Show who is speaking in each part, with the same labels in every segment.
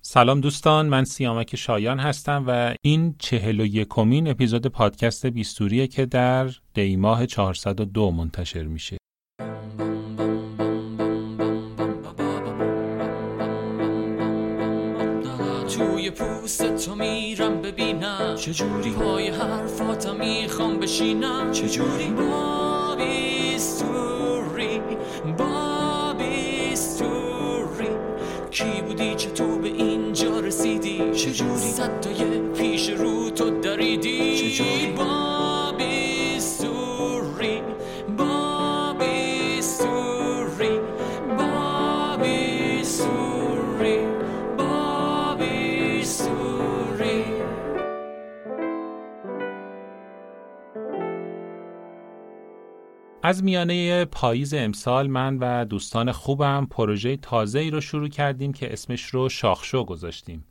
Speaker 1: سلام دوستان من سیامک شایان هستم و این چهل و یکمین اپیزود پادکست بیستوریه که در دیماه 402 منتشر میشه
Speaker 2: توی پوست تو میرم ببینم چجوری پای حرفاتم میخوام بشینم چجوری با بیستوری با بیستوری کی بودی چه تو به اینجا رسیدی چجوری صد تا یه پیش رو تو دریدی چجوری با بیستوری با بیستوری با بیستوری با بیستوری
Speaker 1: از میانه پاییز امسال من و دوستان خوبم پروژه تازه ای رو شروع کردیم که اسمش رو شاخشو گذاشتیم.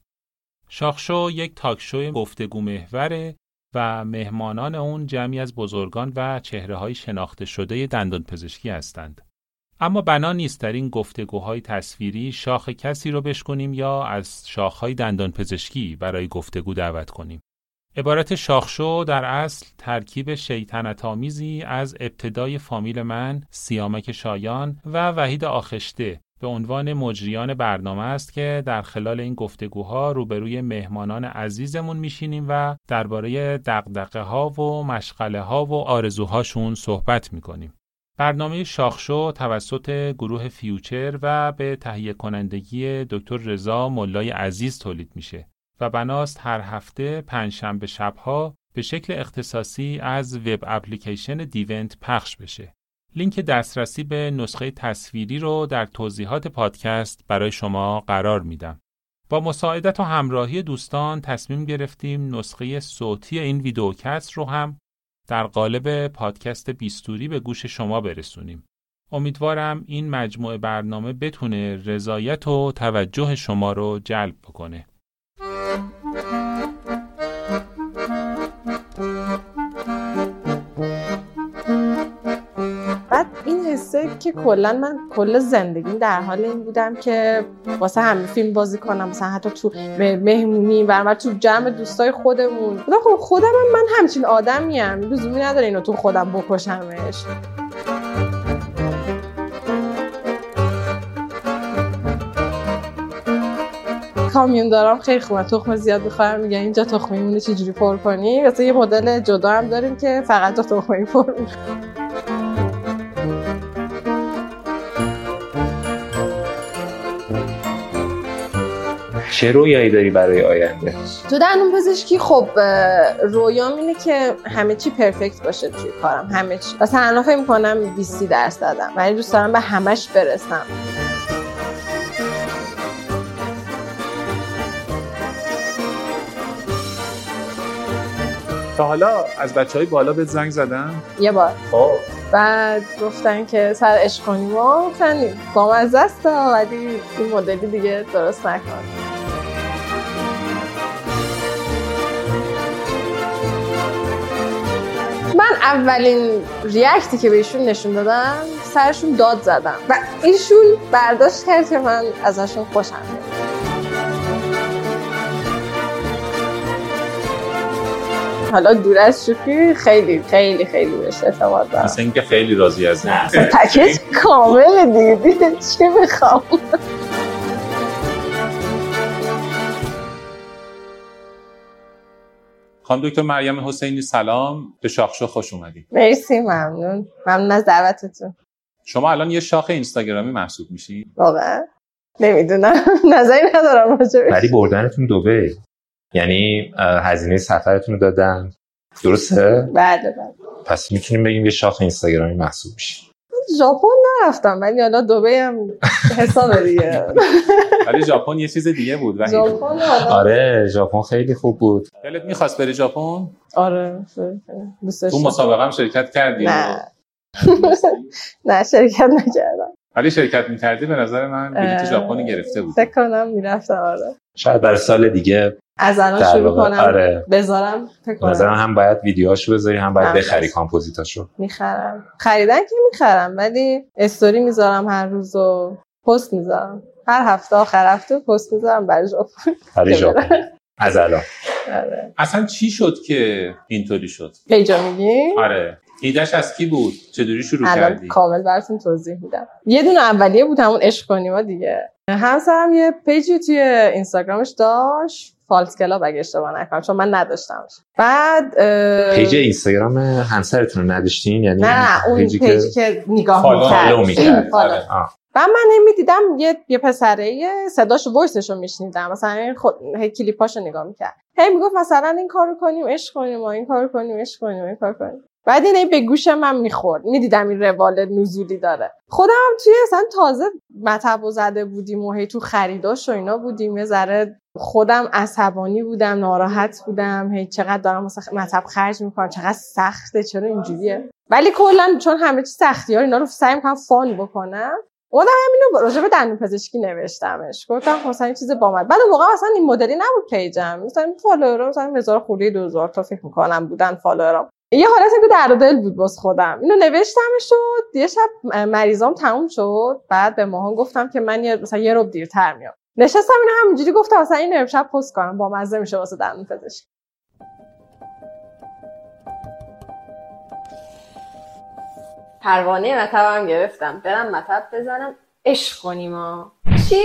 Speaker 1: شاخشو یک تاکشو گفتگو محوره و مهمانان اون جمعی از بزرگان و چهره های شناخته شده دندان پزشکی هستند. اما بنا نیست در این گفتگوهای تصویری شاخ کسی رو بشکنیم یا از شاخهای دندان پزشکی برای گفتگو دعوت کنیم. عبارت شاخشو در اصل ترکیب شیطنت آمیزی از ابتدای فامیل من سیامک شایان و وحید آخشته به عنوان مجریان برنامه است که در خلال این گفتگوها روبروی مهمانان عزیزمون میشینیم و درباره دقدقه ها و مشغله ها و آرزوهاشون صحبت میکنیم. برنامه شاخشو توسط گروه فیوچر و به تهیه کنندگی دکتر رضا ملای عزیز تولید میشه. و بناست هر هفته پنجشنبه شبها به شکل اختصاصی از وب اپلیکیشن دیونت پخش بشه. لینک دسترسی به نسخه تصویری رو در توضیحات پادکست برای شما قرار میدم. با مساعدت و همراهی دوستان تصمیم گرفتیم نسخه صوتی این ویدیوکست رو هم در قالب پادکست بیستوری به گوش شما برسونیم. امیدوارم این مجموعه برنامه بتونه رضایت و توجه شما رو جلب بکنه.
Speaker 3: بعد این حسه که کلا من کل زندگیم در حال این بودم که واسه همه فیلم بازی کنم مثلا حتی تو م- مهمونی و تو جمع دوستای خودمون گفتم خب خودم هم من همچین آدمیم لزومی نداره اینو تو خودم بکشمش کامیون دارم خیلی خوبه تخم زیاد میخورم میگن اینجا تخمی مونه چجوری پر کنی مثلا یه مدل جدا هم داریم که فقط تو تخمی پر می‌کنی.
Speaker 4: چه رویایی داری برای آینده
Speaker 3: تو دندون پزشکی خب اه، رویام اینه که همه چی پرفکت باشه توی کارم همه چی مثلا الان فکر می‌کنم 20 درصدم ولی دوست دارم به همش برسم
Speaker 5: تا حالا از بچه های بالا بهت زنگ زدن
Speaker 3: یه بار
Speaker 4: خب
Speaker 3: بعد گفتن که سر عشق کنی ما گفتن با از دست ولی این مدلی دیگه درست نکن من اولین ریاکتی که بهشون نشون دادم سرشون داد زدم و ایشون برداشت کرد که من ازشون خوشم میاد حالا دور از شوخی خیلی خیلی خیلی بهش اعتماد دارم
Speaker 1: مثل اینکه خیلی راضی از
Speaker 3: پکیج کامل دیگه دیدین چی میخوام
Speaker 5: خانم دکتر مریم حسینی سلام به شاخشو خوش اومدید
Speaker 3: مرسی ممنون ممنون از دعوتتون
Speaker 5: شما الان یه شاخ اینستاگرامی محسوب میشین
Speaker 3: واقعا نمیدونم نظری ندارم راجبش
Speaker 4: ولی بردنتون دوبه یعنی اه، هزینه سفرتون رو دادن درسته
Speaker 3: بله بله
Speaker 4: پس میتونیم بگیم یه شاخ اینستاگرامی محسوب میشه
Speaker 3: ژاپن نرفتم ولی حالا دبی هم حساب دیگه
Speaker 4: بله.
Speaker 5: ولی ژاپن یه چیز دیگه بود وحید
Speaker 3: ژاپن حالا-
Speaker 4: آره ژاپن خیلی خوب بود
Speaker 5: دلت میخواست بری ژاپن
Speaker 3: آره دوست
Speaker 5: تو
Speaker 3: داشتم
Speaker 5: مسابقه هم شرکت کردی
Speaker 3: نه نه شرکت نکردم
Speaker 5: ولی شرکت میکردی به نظر من بلیت
Speaker 3: اه.
Speaker 5: ژاپن رو گرفته بود
Speaker 3: فکر کنم میرفتم آره
Speaker 4: شاید برای سال دیگه
Speaker 3: از الان
Speaker 4: در
Speaker 3: شروع
Speaker 4: واقع
Speaker 3: کنم
Speaker 4: آره
Speaker 3: بذارم فکر
Speaker 4: به
Speaker 3: کنم
Speaker 4: نظرم هم باید ویدیوهاشو بذاری هم
Speaker 3: هم
Speaker 4: باید بخری
Speaker 3: بذار.
Speaker 4: کامپوزیتاشو
Speaker 3: میخرم خریدن که میخرم ولی استوری میذارم هر روز و پست میذارم هر هفته آخر هفته پست میذارم برای ژاپن
Speaker 4: برای ژاپن از الان
Speaker 3: آره.
Speaker 1: اصلا چی شد که اینطوری شد
Speaker 3: پیجا میگی
Speaker 1: آره ایدش از کی بود چطوری شروع
Speaker 3: الان
Speaker 1: آره، کردی
Speaker 3: کامل براتون توضیح میدم یه دونه اولیه بود همون عشق کنیم ها دیگه همسرم یه پیجی توی اینستاگرامش داشت فالس کلاب اگه اشتباه نکنم چون من نداشتمش بعد اه،
Speaker 4: پیج اینستاگرام همسرتون رو نداشتین یعنی
Speaker 3: نه اون پیجی,
Speaker 4: که
Speaker 3: که نگاه
Speaker 1: فالو-
Speaker 3: میکرد
Speaker 4: فالو می‌کرد.
Speaker 3: فالو.
Speaker 1: آره.
Speaker 4: آه.
Speaker 3: و من هی میدیدم یه یه پسره صداش وایسش رو میشنیدم مثلا این خود هی کلیپاشو نگاه میکرد هی میگفت مثلا این کارو کنیم عشق کنیم و این کارو کنیم عشق کنیم و این کار کنیم بعد این هی به گوش من میخورد میدیدم این روال نزولی داره خودم هم توی اصلا تازه مطب و زده بودیم و هی تو خریداش و اینا بودیم یه ذره خودم عصبانی بودم ناراحت بودم هی چقدر دارم مثلا مطب خرج میکنم چقدر سخته چرا اینجوریه ولی کلا چون همه چی سختی ها اینا رو سعی میکنم فان بکنم اینو راجع به دندون پزشکی نوشتمش گفتم خب مثلا این چیز بامد بعد اون موقع اصلا این مدلی نبود پیجم مثلا فالوورم مثلا هزار خورده 2000 تا فکر میکنم بودن فالوورم یه حالت که در و دل بود باز خودم اینو نوشتمش شد یه شب مریضام تموم شد بعد به ماهان گفتم که من یه مثلا یه رب دیرتر میام نشستم اینو همینجوری گفتم مثلا این امشب پست کنم با مزه میشه واسه دندون پزشکی
Speaker 6: پروانه مطبم گرفتم برم مطب بزنم عشق کنیم ها چی؟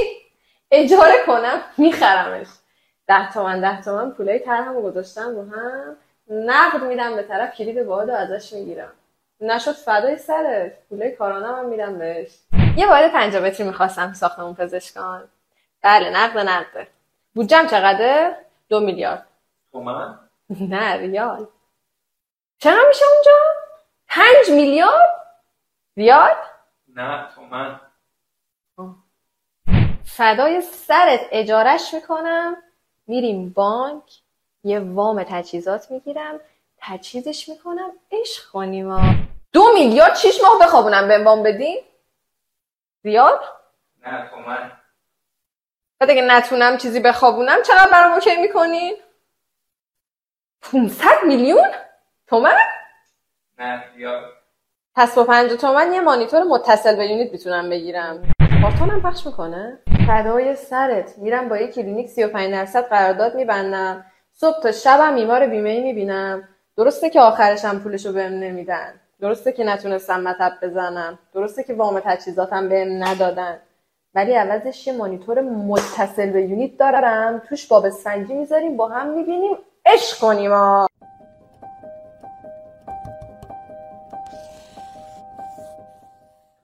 Speaker 6: اجاره کنم میخرمش ده تومن ده تومن پولای طرحمو گذاشتم رو هم نقد میدم به طرف کلید باد و ازش میگیرم نشد فدای سرت پولای کارانم هم میدم بهش یه واحد پنجاه متری میخواستم ساختمون پزشکان بله نقد نقده بودجم چقدر؟ دو میلیارد نه ریال چقدر میشه اونجا؟ پنج میلیارد ریال
Speaker 7: نه تومن
Speaker 6: فدای سرت اجارش میکنم میریم بانک یه وام تجهیزات میگیرم تجهیزش میکنم عشق کنیم ها. دو میلیارد شیش ماه بخوابونم به وام بدین ریال
Speaker 7: نه تومن
Speaker 6: بعد اگه نتونم چیزی بخوابونم چقدر برام اوکی میکنین 500 میلیون تومن
Speaker 7: نه ریال
Speaker 6: پس با 50 تومن یه مانیتور متصل به یونیت میتونم بگیرم کارتونم پخش میکنه فدای سرت میرم با یه کلینیک 35 درصد قرارداد میبندم صبح تا شبم بیمار بیمه ای میبینم درسته که آخرشم پولشو بهم نمیدن درسته که نتونستم مطب بزنم درسته که وام تجهیزاتم بهم ندادن ولی عوضش یه مانیتور متصل به یونیت دارم توش باب سنجی میذاریم با هم میبینیم عشق کنیم آه.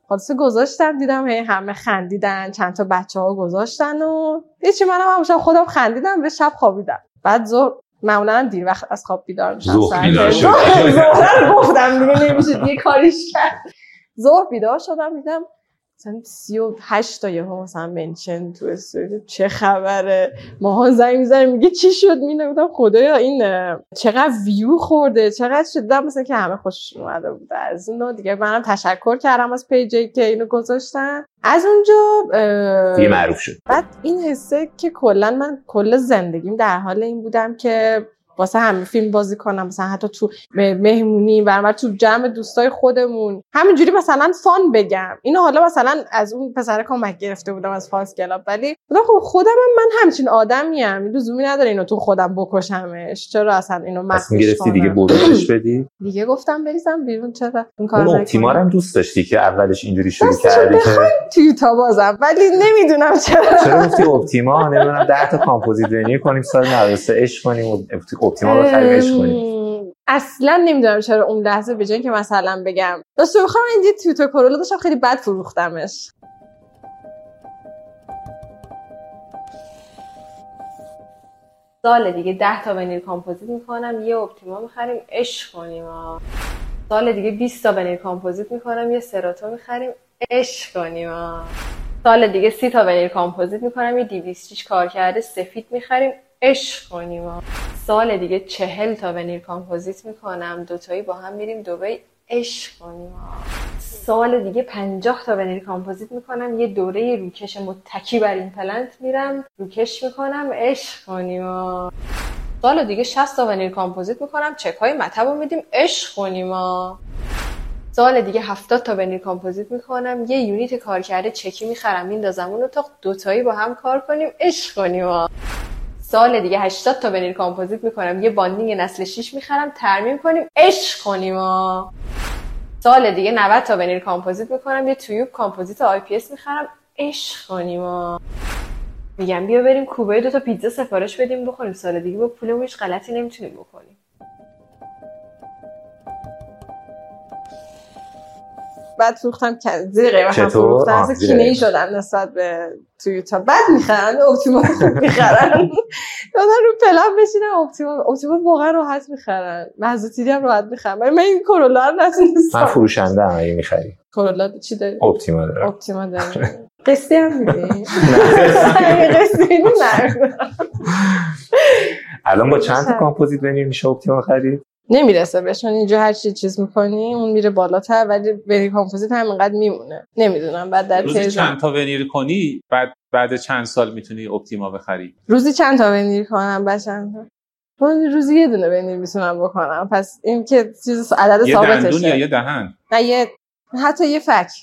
Speaker 3: خلاصه گذاشتم دیدم هی همه خندیدن چند تا بچه ها گذاشتن و هیچی منم همشب خودم خندیدم به شب خوابیدم بعد ظهر معمولا هم دیر وقت از خواب بیدار میشم
Speaker 4: ظهر
Speaker 3: ساعت
Speaker 4: بیدار
Speaker 3: ظهر-
Speaker 4: شد.
Speaker 3: ظهر رو گفتم دیگه نمیشه دیگه کاریش کرد ظهر بیدار شدم دیدم مثلا سی و هشت تا یهو مثلا منشن تو استوری چه خبره ماها زنگ میزنه میگه چی شد مینه بودم خدایا این اه، چقدر ویو خورده چقدر شدم مثلا که همه خوشش اومده بود از اون دیگه منم تشکر کردم از پیجی که اینو گذاشتن از اونجا اه،
Speaker 4: دیگه معروف شد
Speaker 3: بعد این حسه که کلا من کل زندگیم در حال این بودم که واسه همین فیلم بازی کنم مثلا حتی تو مه- مهمونی برام تو جمع دوستای خودمون همینجوری مثلا فان بگم اینو حالا مثلا از اون پسر کمک گرفته بودم از فانس کلاب ولی گفتم خب خودم هم من همچین آدمی ام لزومی نداره اینو تو خودم بکنمش چرا اصلا اینو
Speaker 4: پس
Speaker 3: مخفیش
Speaker 4: میگرفتی
Speaker 3: کنم
Speaker 4: دیگه بروزش بدی
Speaker 3: دیگه گفتم بریزم بیرون چرا این کارو
Speaker 4: اون
Speaker 3: نکنم.
Speaker 4: اپتیما رو هم دوست داشتی که اولش اینجوری شروع
Speaker 3: دستشو
Speaker 4: کردی که
Speaker 3: توی تا بازم ولی نمیدونم چرا
Speaker 4: چرا گفتی اپتیما نمیدونم 10 تا کامپوزیت ونیو کنیم سال 93 عشق کنیم و اپت- اپتیما رو خریم عشق کنیم
Speaker 3: ام، اصلا نمیدونم چرا اون لحظه به جای اینکه مثلا بگم داشته بخوام این یه تویوتا کرولا داشتم خیلی بد فروختمش
Speaker 6: سال دیگه 10 تا ونیل کامپوزیت میکنم یه اپتیما میخریم عشق کنیم آه. سال دیگه 20 تا ونیل کامپوزیت میکنم یه سراتو میخریم عشق کنیم آه. سال دیگه 30 تا ونیل کامپوزیت میکنم یه 206 کار کرده سفید میخریم عشق کنیم آه. سال دیگه 40 تا ونیل کامپوزیت میکنم دوتایی با هم میریم دبی عشق کنیم آه. سال دیگه 50 تا ونیل کامپوزیت میکنم یه دوره روکش متکی بر این پلنت میرم روکش میکنم عشق کنیم آه. سال دیگه 60 تا ونیل کامپوزیت میکنم چک های مطب رو میدیم عشق کنیم آه. سال دیگه 70 تا بنیر کامپوزیت میکنم یه یونیت کارکرده چکی میخرم میندازم اون اتاق دوتایی با هم کار کنیم عشق کنیم ها. سال دیگه 80 تا بنیر کامپوزیت میکنم یه باندینگ نسل 6 میخرم ترمیم کنیم عشق کنیم ها. سال دیگه 90 تا بنیر کامپوزیت میکنم یه تویوب کامپوزیت آی پی اس میخرم عشق کنیم ها. میگم بیا بریم کوبه دو تا پیتزا سفارش بدیم بخوریم سال دیگه با پولمون هیچ غلطی نمیتونیم بکنیم
Speaker 3: بعد فروختم که- زیر غیر هم
Speaker 4: چطور؟
Speaker 3: فروختم
Speaker 4: آه،
Speaker 3: اصلا
Speaker 4: زیر
Speaker 3: کینه ای
Speaker 4: غیر.
Speaker 3: شدم نسبت به تویوتا بد میخرن اپتیما خوب میخرن یادم رو پلن بشینم اپتیما اپتیما واقعا راحت میخرن مزوتیری هم راحت میخرن ولی من این کرولا رو
Speaker 4: من
Speaker 3: نتونستم
Speaker 4: فروشنده هم اگه میخری
Speaker 3: کرولا چی داری؟
Speaker 4: اپتیما دارم
Speaker 3: اپتیما داری قصدی هم میدی؟ قصدی نه
Speaker 4: الان با چند تا کامپوزیت بنیر میشه اپتیما خرید
Speaker 3: نمیرسه بهش چون اینجا هر چی چیز میکنی اون میره بالاتر ولی بری کامپوزیت همینقدر میمونه نمیدونم بعد در طی
Speaker 1: روزی
Speaker 3: زمان-
Speaker 1: چند تا ونیر کنی بعد بعد چند سال میتونی اپتیما بخری
Speaker 3: روزی چند تا بنیر کنم بچند تا من روزی یه دونه بنیر میتونم بکنم پس این که چیز عدد
Speaker 1: یه دندون یا
Speaker 3: ثابتشه
Speaker 1: یه دهن
Speaker 3: نه یه حتی یه فک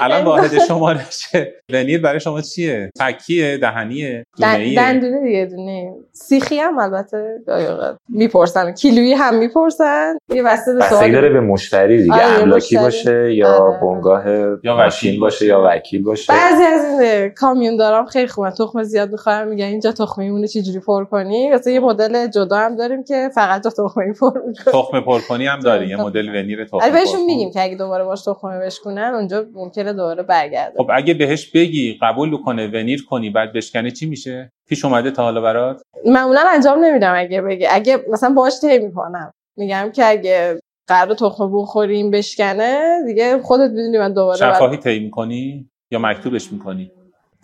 Speaker 1: الان واحد شمارشه ونیر برای شما چیه تکیه دهنیه
Speaker 3: دن-
Speaker 1: دونه‌ایه؟
Speaker 3: دندونه دیگه دونه سیخی هم البته گاهی اوقات میپرسن کیلویی هم میپرسن یه بسته به
Speaker 4: بستگی داره
Speaker 3: سوال
Speaker 4: به مشتری دیگه
Speaker 3: آره،
Speaker 4: املاکی
Speaker 3: مشتری.
Speaker 4: باشه یا
Speaker 3: آره.
Speaker 4: بنگاه
Speaker 1: یا
Speaker 4: ماشین
Speaker 1: وکیل
Speaker 4: باشه
Speaker 1: باشه.
Speaker 4: یا وکیل باشه
Speaker 3: بعضی از این کامیون دارم خیلی خوبه تخم زیاد میخورم میگن اینجا تخمیمونو چجوری پر کنی مثلا یه مدل جدا هم داریم که فقط تو تخمی پر میکنه
Speaker 1: تخم خب. پرکنی هم داری یه مدل ونیر تخم
Speaker 3: ولی آره، بهشون
Speaker 1: پرکن.
Speaker 3: میگیم که اگه دوباره باش تخمی بشکنن اونجا ممکنه دوباره برگرده
Speaker 1: خب اگه بهش بگی قبول کنه ونیر کنی بعد بشکنی چی میشه پیش اومده تا حالا برات
Speaker 3: معمولا انجام نمیدم اگه بگه اگه مثلا باهاش طی میکنم میگم که اگه قرار تخم بخوریم بشکنه دیگه خودت میدونی من دوباره بعد-
Speaker 1: شفاهی طی میکنی یا مکتوبش میکنی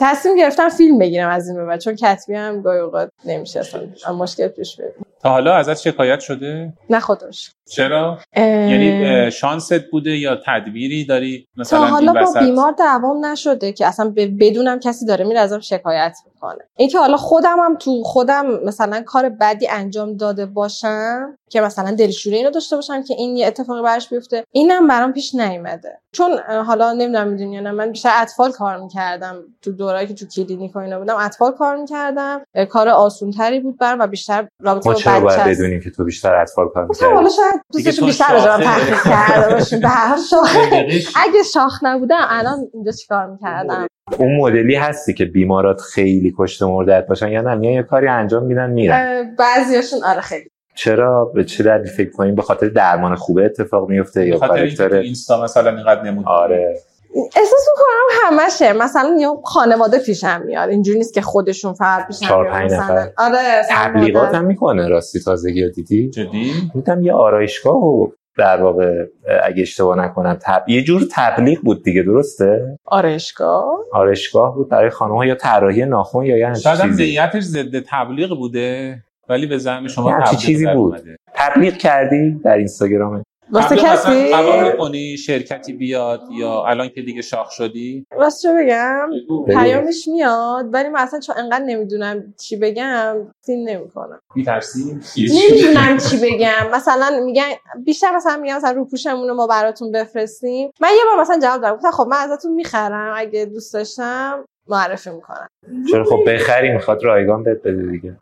Speaker 3: تصمیم گرفتم فیلم بگیرم از این به بعد چون کتبی هم گاهی اوقات نمیشه اصلا اما مشکل پیش بیاد
Speaker 1: تا حالا ازت شکایت شده
Speaker 3: نه خودش
Speaker 1: چرا
Speaker 3: اه،
Speaker 1: یعنی اه، شانست بوده یا تدبیری داری
Speaker 3: تا
Speaker 1: مثلا
Speaker 3: حالا
Speaker 1: این
Speaker 3: با
Speaker 1: وسط
Speaker 3: بیمار دعوام نشده که اصلا ب- بدونم کسی داره میره ازم شکایت میکنه اینکه حالا خودم هم تو خودم مثلا کار بدی انجام داده باشم که مثلا دلشوره اینو داشته باشم که این یه اتفاقی براش بیفته اینم برام پیش نیومده چون اه، حالا نمیدونم میدونی یا نه من بیشتر اطفال کار میکردم تو دورایی که تو کلینیک و اینا بودم اطفال کار میکردم کار آسونتری بود برام و بیشتر رابطه
Speaker 4: ما
Speaker 3: با
Speaker 4: چرا
Speaker 3: بچه
Speaker 4: باید
Speaker 3: است.
Speaker 4: بدونیم که تو بیشتر اطفال کار
Speaker 3: مثلا
Speaker 4: می‌کردی
Speaker 3: حالا شاید
Speaker 1: دیگه
Speaker 3: دوستش
Speaker 1: تو
Speaker 3: بیشتر رو
Speaker 1: شاخه.
Speaker 3: تحقیق کرده باشیم به هر شاخه
Speaker 1: دقیقش
Speaker 3: اگه شاخ نبودم الان اینجا چیکار میکردم
Speaker 4: اون مدلی هستی که بیمارات خیلی کشت و مردت باشن یا نه میان یه کاری انجام میدن
Speaker 3: آره.
Speaker 4: میرن
Speaker 3: بعضیاشون آره خیلی
Speaker 4: چرا به چه دلیل فکر کنیم به خاطر درمان خوبه اتفاق میفته یا
Speaker 1: به خاطر اینکه تو
Speaker 4: کارکتر
Speaker 1: اینستا مثلا اینقدر نمود
Speaker 4: آره
Speaker 3: احساس میکنم همشه مثلا یه خانواده پیشم میاد اینجوری نیست که خودشون فقط پیشم
Speaker 4: چهار،
Speaker 3: میاد.
Speaker 4: پنج
Speaker 3: مثلا-
Speaker 4: نفر.
Speaker 3: آره مثلا
Speaker 4: تبلیغات
Speaker 3: مادر.
Speaker 4: هم میکنه راستی تازگی رو دیدی
Speaker 1: جدی
Speaker 4: میگم یه آرایشگاه و در واقع اگه اشتباه نکنم تب... یه جور تبلیغ بود دیگه درسته
Speaker 3: آره، آرایشگاه
Speaker 4: آرایشگاه بود برای خانم یا طراحی ناخن یا یه همچین
Speaker 1: شاید هم
Speaker 4: چیزی
Speaker 1: نیتش ضد تبلیغ بوده ولی به زعم شما
Speaker 4: یه همچین
Speaker 1: تبلیغ
Speaker 4: چیزی
Speaker 1: در
Speaker 4: بود.
Speaker 1: اومده.
Speaker 4: تبلیغ کردی در اینستاگرام
Speaker 3: واسه
Speaker 1: قبلا مثلا
Speaker 3: کسی
Speaker 1: قبول می‌کنی شرکتی بیاد یا الان که دیگه شاخ شدی
Speaker 3: واسه چه بگم
Speaker 4: بگو.
Speaker 3: پیامش میاد ولی من اصلا چون انقدر نمیدونم چی بگم سین نمیکنم
Speaker 1: میترسی
Speaker 3: نمیدونم چی بگم مثلا میگن بیشتر مثلا میگم مثلا روپوشمون رو ما براتون بفرستیم من یه بار مثلا جواب دادم گفتم خب من ازتون میخرم اگه دوست داشتم معرفی میکنم
Speaker 4: چرا خب بخری میخواد رایگان بهت بده دیگه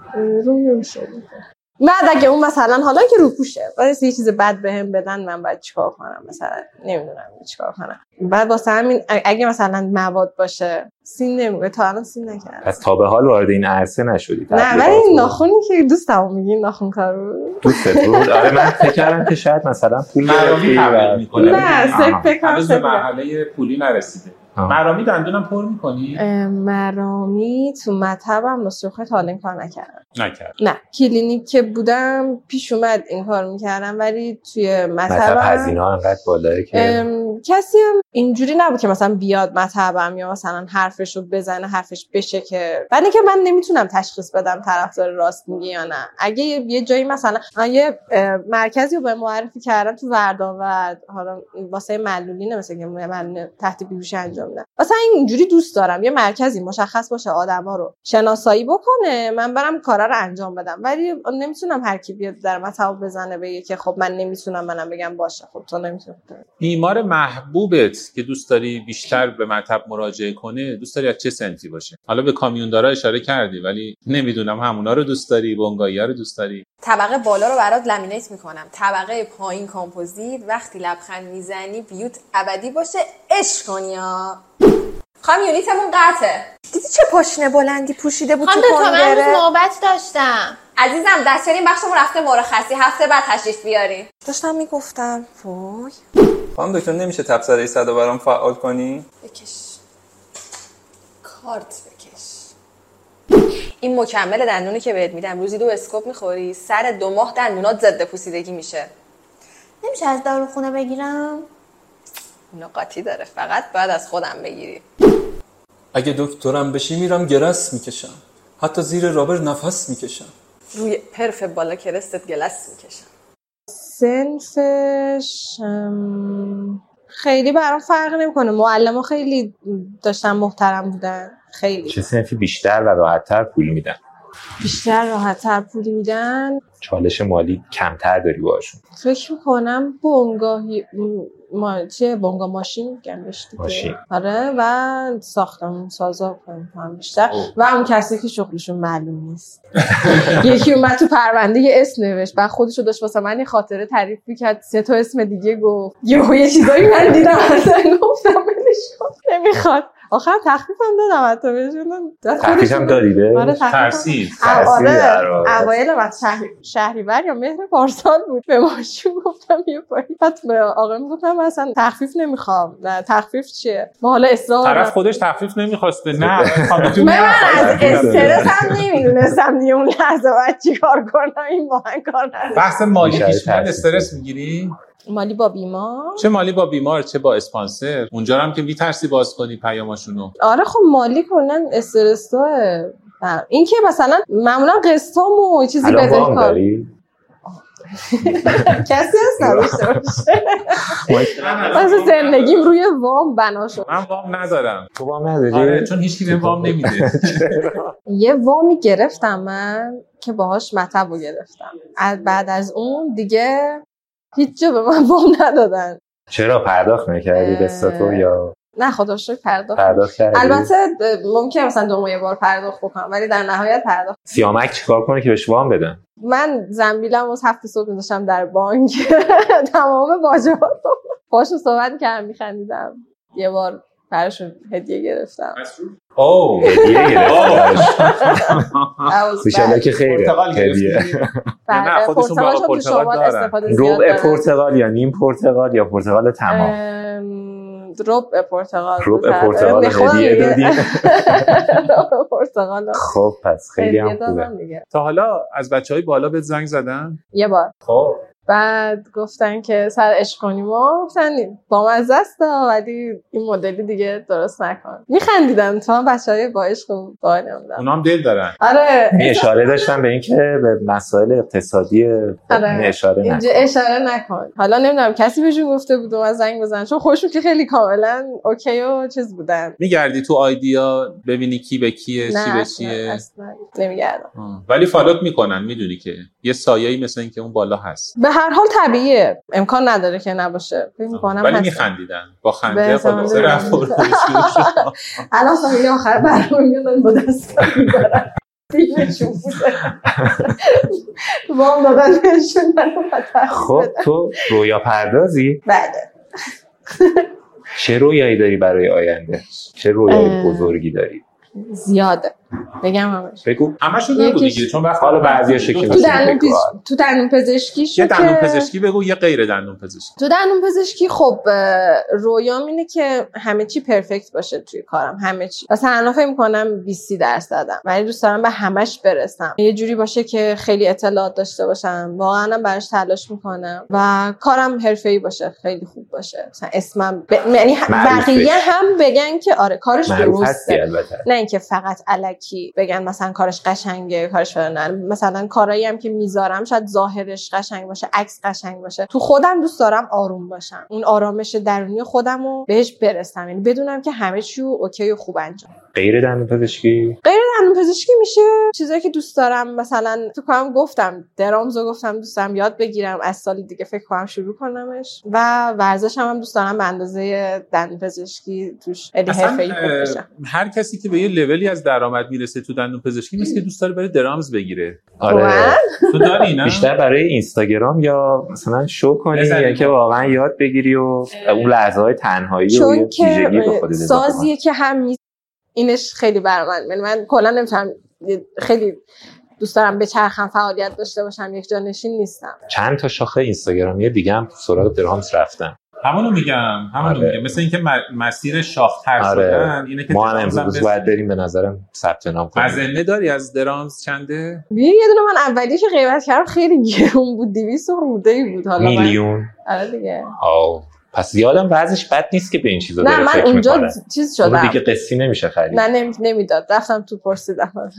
Speaker 3: بعد اگه اون مثلا حالا که روپوشه ولی یه چیز بد بهم بدن من باید چیکار کنم مثلا نمیدونم چیکار کنم بعد واسه همین ا- اگه مثلا مواد باشه سین نمیگه تا الان سین نکردم
Speaker 4: پس تا به حال وارد این عرصه نشدی
Speaker 3: نه ولی
Speaker 4: تبلیغات
Speaker 3: این
Speaker 4: و-
Speaker 3: ناخونی که دوستمو میگی ناخون کارو
Speaker 4: دوستت بود آره من فکر کردم که شاید مثلا پول
Speaker 1: مرامی
Speaker 4: گرفتی و-
Speaker 1: تبلیغ میکنه
Speaker 3: نه
Speaker 4: آها.
Speaker 3: سفت کنم
Speaker 1: هنوز به
Speaker 3: سفت
Speaker 1: مرحله پولی نرسیده
Speaker 4: آها.
Speaker 1: مرامی دندونم پر میکنی
Speaker 3: اه، مرامی تو مطبم نسخه تا حالا این کار نکردم
Speaker 1: نکرد
Speaker 3: نه کلینیک که بودم پیش اومد این کار میکردم ولی توی
Speaker 4: مطلب
Speaker 3: مطبم
Speaker 4: هزینه ها انقدر بالاه که
Speaker 3: ام، کسی هم اینجوری نبود که مثلا بیاد مطبم یا مثلا حرفش رو بزنه حرفش بشه که بعد اینکه من نمیتونم تشخیص بدم طرف داره راست میگه یا نه اگه یه- یه جایی مثلا من یه اه، مرکزی رو به معرفی کردم تو وردآورد حالا واسه معلولینه مثلا که معلولین تحت بیهوشی انجام انجام میدم مثلا اینجوری دوست دارم یه مرکزی مشخص باشه آدما رو شناسایی بکنه من برم کارا رو انجام بدم ولی نمیتونم هر کی بیاد در مثلا بزنه بگه که خب من نمیتونم منم بگم باشه خب تو نمیتونی
Speaker 1: بیمار محبوبت که دوست داری بیشتر به مطب مراجعه کنه دوست داری از چه سنفی باشه حالا به کامیوندارا اشاره کردی ولی نمیدونم همونا رو دوست داری بونگایا رو دوست داری
Speaker 8: طبقه بالا رو برات لامینیت میکنم طبقه پایین کامپوزیت وقتی لبخند میزنی بیوت ابدی باشه عشق کنی ها خانم یونیتمون قطعه دیدی چه پاشنه بلندی پوشیده بود تو
Speaker 9: خانم دکتر من
Speaker 8: کنگره
Speaker 9: امروز نوبت داشتم
Speaker 8: عزیزم دستیارین بخشمون رفته مرخصی هفته بعد تشریف بیارین داشتم میگفتم وای
Speaker 10: خانم دکتر نمیشه تبصره صد و برام فعال کنی؟
Speaker 8: بکش کارت بکش این مکمل دندونی که بهت میدم روزی دو اسکوپ میخوری سر دو ماه دندونات ضد پوسیدگی میشه
Speaker 9: نمیشه از داروخونه بگیرم
Speaker 8: اونو قاطی داره فقط باید از خودم بگیری
Speaker 10: اگه دکترم بشی میرم گرس میکشم حتی زیر رابر نفس میکشم
Speaker 8: روی پرف بالا کرستت گلس میکشم
Speaker 3: سنفش ام، خیلی برام فرق نمیکنه معلم خیلی داشتن محترم بودن خیلی
Speaker 4: چه سنفی بیشتر و راحتتر پول میدن
Speaker 3: بیشتر راحتتر پول میدن
Speaker 4: چالش مالی کمتر داری باشون
Speaker 3: فکر میکنم بونگاهی م- ما چیه بونگا ماشین میگن بهش دیگه.
Speaker 4: ماشین.
Speaker 3: آره و ساختمون سازا فکر می‌کنم بیشتر و اون کسی که شغلشون معلوم نیست یکی اومد تو پرونده یه اسم نوشت بعد خودشو داشت واسه من یه خاطره تعریف میکرد سه تا اسم دیگه گفت یهو یه چیزایی من دیدم مثلا گفتم ولش کن. نمیخواد آخر تخفیفم دادم حتی بهشون
Speaker 4: تخفیفم دادی
Speaker 3: آره
Speaker 4: به
Speaker 3: تخفیفم
Speaker 1: ترسید
Speaker 4: ترسیدی
Speaker 3: آره
Speaker 4: در واقع.
Speaker 3: اوایل وقت شهر- شهریور یا مهر پارسال بود به ماشین گفتم یه پایی بعد به آقا میگفتم من اصلا تخفیف نمیخوام نه تخفیف چیه ما حالا اصرار
Speaker 1: طرف
Speaker 3: دارم.
Speaker 1: خودش تخفیف نمیخواسته نه خانمتون
Speaker 3: من من از
Speaker 1: نخواست.
Speaker 3: استرس هم نمیدونستم دیگه اون لحظه باید چیکار کنم این با هم کار نداره.
Speaker 1: بحث مالی
Speaker 4: بیشتر
Speaker 1: پیش میاد،
Speaker 4: ترسید.
Speaker 1: استرس میگیری
Speaker 3: مالی با بیمار
Speaker 1: چه مالی با بیمار چه با اسپانسر اونجا رو هم که میترسی باز کنی پیاماشونو
Speaker 3: آره خب مالی کلا استرس داره این که مثلا معمولا قسطام و چیزی
Speaker 4: الان وام
Speaker 3: بده
Speaker 4: داری
Speaker 3: کسی هست نداشته باشه
Speaker 7: نه
Speaker 3: پس زندگیم روی وام بنا شد
Speaker 1: من وام ندارم
Speaker 4: تو وام نداری
Speaker 1: آره چون هیچکی به وام نمیده
Speaker 3: یه وامی گرفتم من که باهاش مطب رو گرفتم از بعد از اون دیگه هیچ جا به من وام ندادن
Speaker 4: چرا پرداخت نکردی
Speaker 3: اه.
Speaker 4: قسطاتو یا
Speaker 3: نه خدا رو شکر پرداخت
Speaker 4: پرداخت کردی
Speaker 3: البته ممکن مثلا دو ماه یه بار پرداخت بکنم ولی در نهایت پرداخت
Speaker 4: سیامک چیکار کنه که بهش وام بدن
Speaker 3: من زنبیلم از هفت صبح میذاشتم در بانک تمام واجبات رو باشون صحبت کردم میخندیدم یه بار براشون هدیه گرفتم
Speaker 1: او
Speaker 4: هدیه گرفتی
Speaker 3: بله.
Speaker 4: براش.
Speaker 3: عوض
Speaker 4: ایشالله که خیره
Speaker 1: پرتقال
Speaker 4: هدیه
Speaker 1: گرفتی
Speaker 3: بعد-
Speaker 1: نه، خودشون
Speaker 3: پرتقالش
Speaker 1: باقا پرتقال
Speaker 3: هم تو شمال
Speaker 1: دارن.
Speaker 3: استفاده زیاد
Speaker 4: ربع
Speaker 3: دارن.
Speaker 4: پرتقال یا نیم پرتقال یا پرتقال تمام
Speaker 3: ام، ربع پرتقال
Speaker 4: ربع پرتقال
Speaker 3: به خودم
Speaker 4: هدیه
Speaker 3: دیگه.
Speaker 4: دادی
Speaker 3: ربع پرتقال رو
Speaker 4: خب پس خیلی
Speaker 3: هدیه
Speaker 4: هم خوبه
Speaker 3: دادم دیگه.
Speaker 1: تا حالا از بچه های بالا بهت زنگ زدن
Speaker 3: یه بار
Speaker 1: خب
Speaker 3: بعد گفتن که سر عشق کنیم و گفتن با مزه است آه، ولی این مدلی دیگه درست نکن میخندیدم تو هم بچه های با عشق و با اینا بودن.
Speaker 1: اونا هم دل دارن
Speaker 3: آره
Speaker 4: این اشاره داشتم به اینکه به مسائل اقتصادی این اشاره
Speaker 3: آره. اینجا
Speaker 4: نکن
Speaker 3: اشاره نکن حالا نمیدونم کسی بهشون گفته بود و زنگ بزن چون خوشون که خیلی کاملا اوکی و چیز بودن
Speaker 1: میگردی تو آیدیا ببینی کی به کیه چی
Speaker 3: نه
Speaker 1: به
Speaker 3: اصلا-
Speaker 1: چیه
Speaker 3: اصلا نمیگردم
Speaker 1: آه. ولی فالوت میکنن میدونی که یه سایه‌ای مثل اینکه اون بالا هست
Speaker 3: به هر حال طبیعیه امکان نداره که نباشه فکر می‌کنم
Speaker 1: ولی
Speaker 3: هست.
Speaker 1: میخندیدن با
Speaker 3: به
Speaker 1: خنده
Speaker 3: احتمال
Speaker 1: خلاصه
Speaker 3: زیاد.
Speaker 1: رفت و روش شروع شد.
Speaker 3: الان فامیلی آخر برنامه میادن با دست میبرن فیلمشون بوده وام دادن بهشون منو پتر
Speaker 4: خب تو رویا پردازی
Speaker 3: بله
Speaker 4: چه رویایی داری برای آینده چه رویای
Speaker 3: اه.
Speaker 4: بزرگی داری
Speaker 3: زیاده بگم همش
Speaker 4: بگو
Speaker 1: همشون نگو
Speaker 3: یکیش-
Speaker 1: دیگه چون وقت
Speaker 4: حالا بعضیا شکل
Speaker 3: تو
Speaker 4: بسیار
Speaker 3: دندون
Speaker 4: بگو.
Speaker 3: پیش... تو دندون پزشکی
Speaker 1: یه
Speaker 3: شو
Speaker 1: دندون
Speaker 3: که
Speaker 1: پزشکی بگو یه غیر دندون پزشکی
Speaker 3: تو دندون پزشکی خب اه، رویام اینه که همه چی پرفکت باشه توی کارم همه چی مثلا الان فکر میکنم 20 درصدم ولی دوست دارم به همش برسم یه جوری باشه که خیلی اطلاعات داشته باشم واقعا هم براش تلاش میکنم و کارم حرفه‌ای باشه خیلی خوب باشه مثلا اسمم ب... یعنی
Speaker 4: معروف
Speaker 3: بقیه
Speaker 4: بشه.
Speaker 3: هم بگن که آره کارش
Speaker 4: معروف
Speaker 3: درسته
Speaker 4: هستی البته
Speaker 3: نه اینکه فقط علکی علکی بگن مثلا کارش قشنگه کارش فلان مثلا کارایی هم که میذارم شاید ظاهرش قشنگ باشه عکس قشنگ باشه تو خودم دوست دارم آروم باشم اون آرامش درونی خودم رو بهش برسم یعنی بدونم که همه چی اوکی و خوب انجام
Speaker 4: غیر دندون پزشکی
Speaker 3: غیر دندون پزشکی میشه چیزایی که دوست دارم مثلا فکر کنم گفتم درامزو گفتم دوست دارم یاد بگیرم از سال دیگه فکر کنم شروع کنمش و ورزش هم, هم دوست دارم به اندازه دندون پزشکی توش حرفه‌ای خوب بشم
Speaker 1: هر کسی که به یه لولی از درآمد میرسه تو دندون پزشکی نیست که دوست داره بره درامز بگیره
Speaker 4: آره
Speaker 1: تو داری نه
Speaker 4: بیشتر برای اینستاگرام یا مثلا شو کنی
Speaker 1: بزنی.
Speaker 4: یا که واقعا یاد بگیری و اون لحظه های تنهایی و یه
Speaker 3: چون که
Speaker 4: ویژگی به
Speaker 3: اه،
Speaker 4: خودت اضافه کنی.
Speaker 3: سازیه که هم می- اینش خیلی بر من یعنی من کلا نمیتونم خیلی دوست دارم به چرخم فعالیت داشته باشم یک جا نشین نیستم
Speaker 4: چند تا شاخه اینستاگرامی دیگه هم سراغ درامز رفتم
Speaker 1: همونو میگم همونو
Speaker 4: آره.
Speaker 1: میگم مثل اینکه م- مسیر شاختر شدن
Speaker 4: آره
Speaker 1: اینه که
Speaker 4: ما هم
Speaker 1: درامز هم
Speaker 4: امروز
Speaker 1: بس-
Speaker 4: باید بریم به نظرم ثبت نام کنیم
Speaker 1: هزینه داری از درامز چنده
Speaker 3: بیا یه دونه من اولی که غیبت کردم خیلی گرون بود 200 خورده ای بود حالا من
Speaker 4: میلیون
Speaker 3: آره دیگه
Speaker 4: آو پس یادم وضعش بد نیست که به این چیزا
Speaker 3: نه
Speaker 4: داره
Speaker 3: من
Speaker 4: فکر
Speaker 3: اونجا
Speaker 4: می‌کنه.
Speaker 3: چیز
Speaker 4: اون
Speaker 3: شدم
Speaker 4: دیگه قصی نمیشه خرید
Speaker 3: نه نمی- نمیداد رفتم تو پرسیدم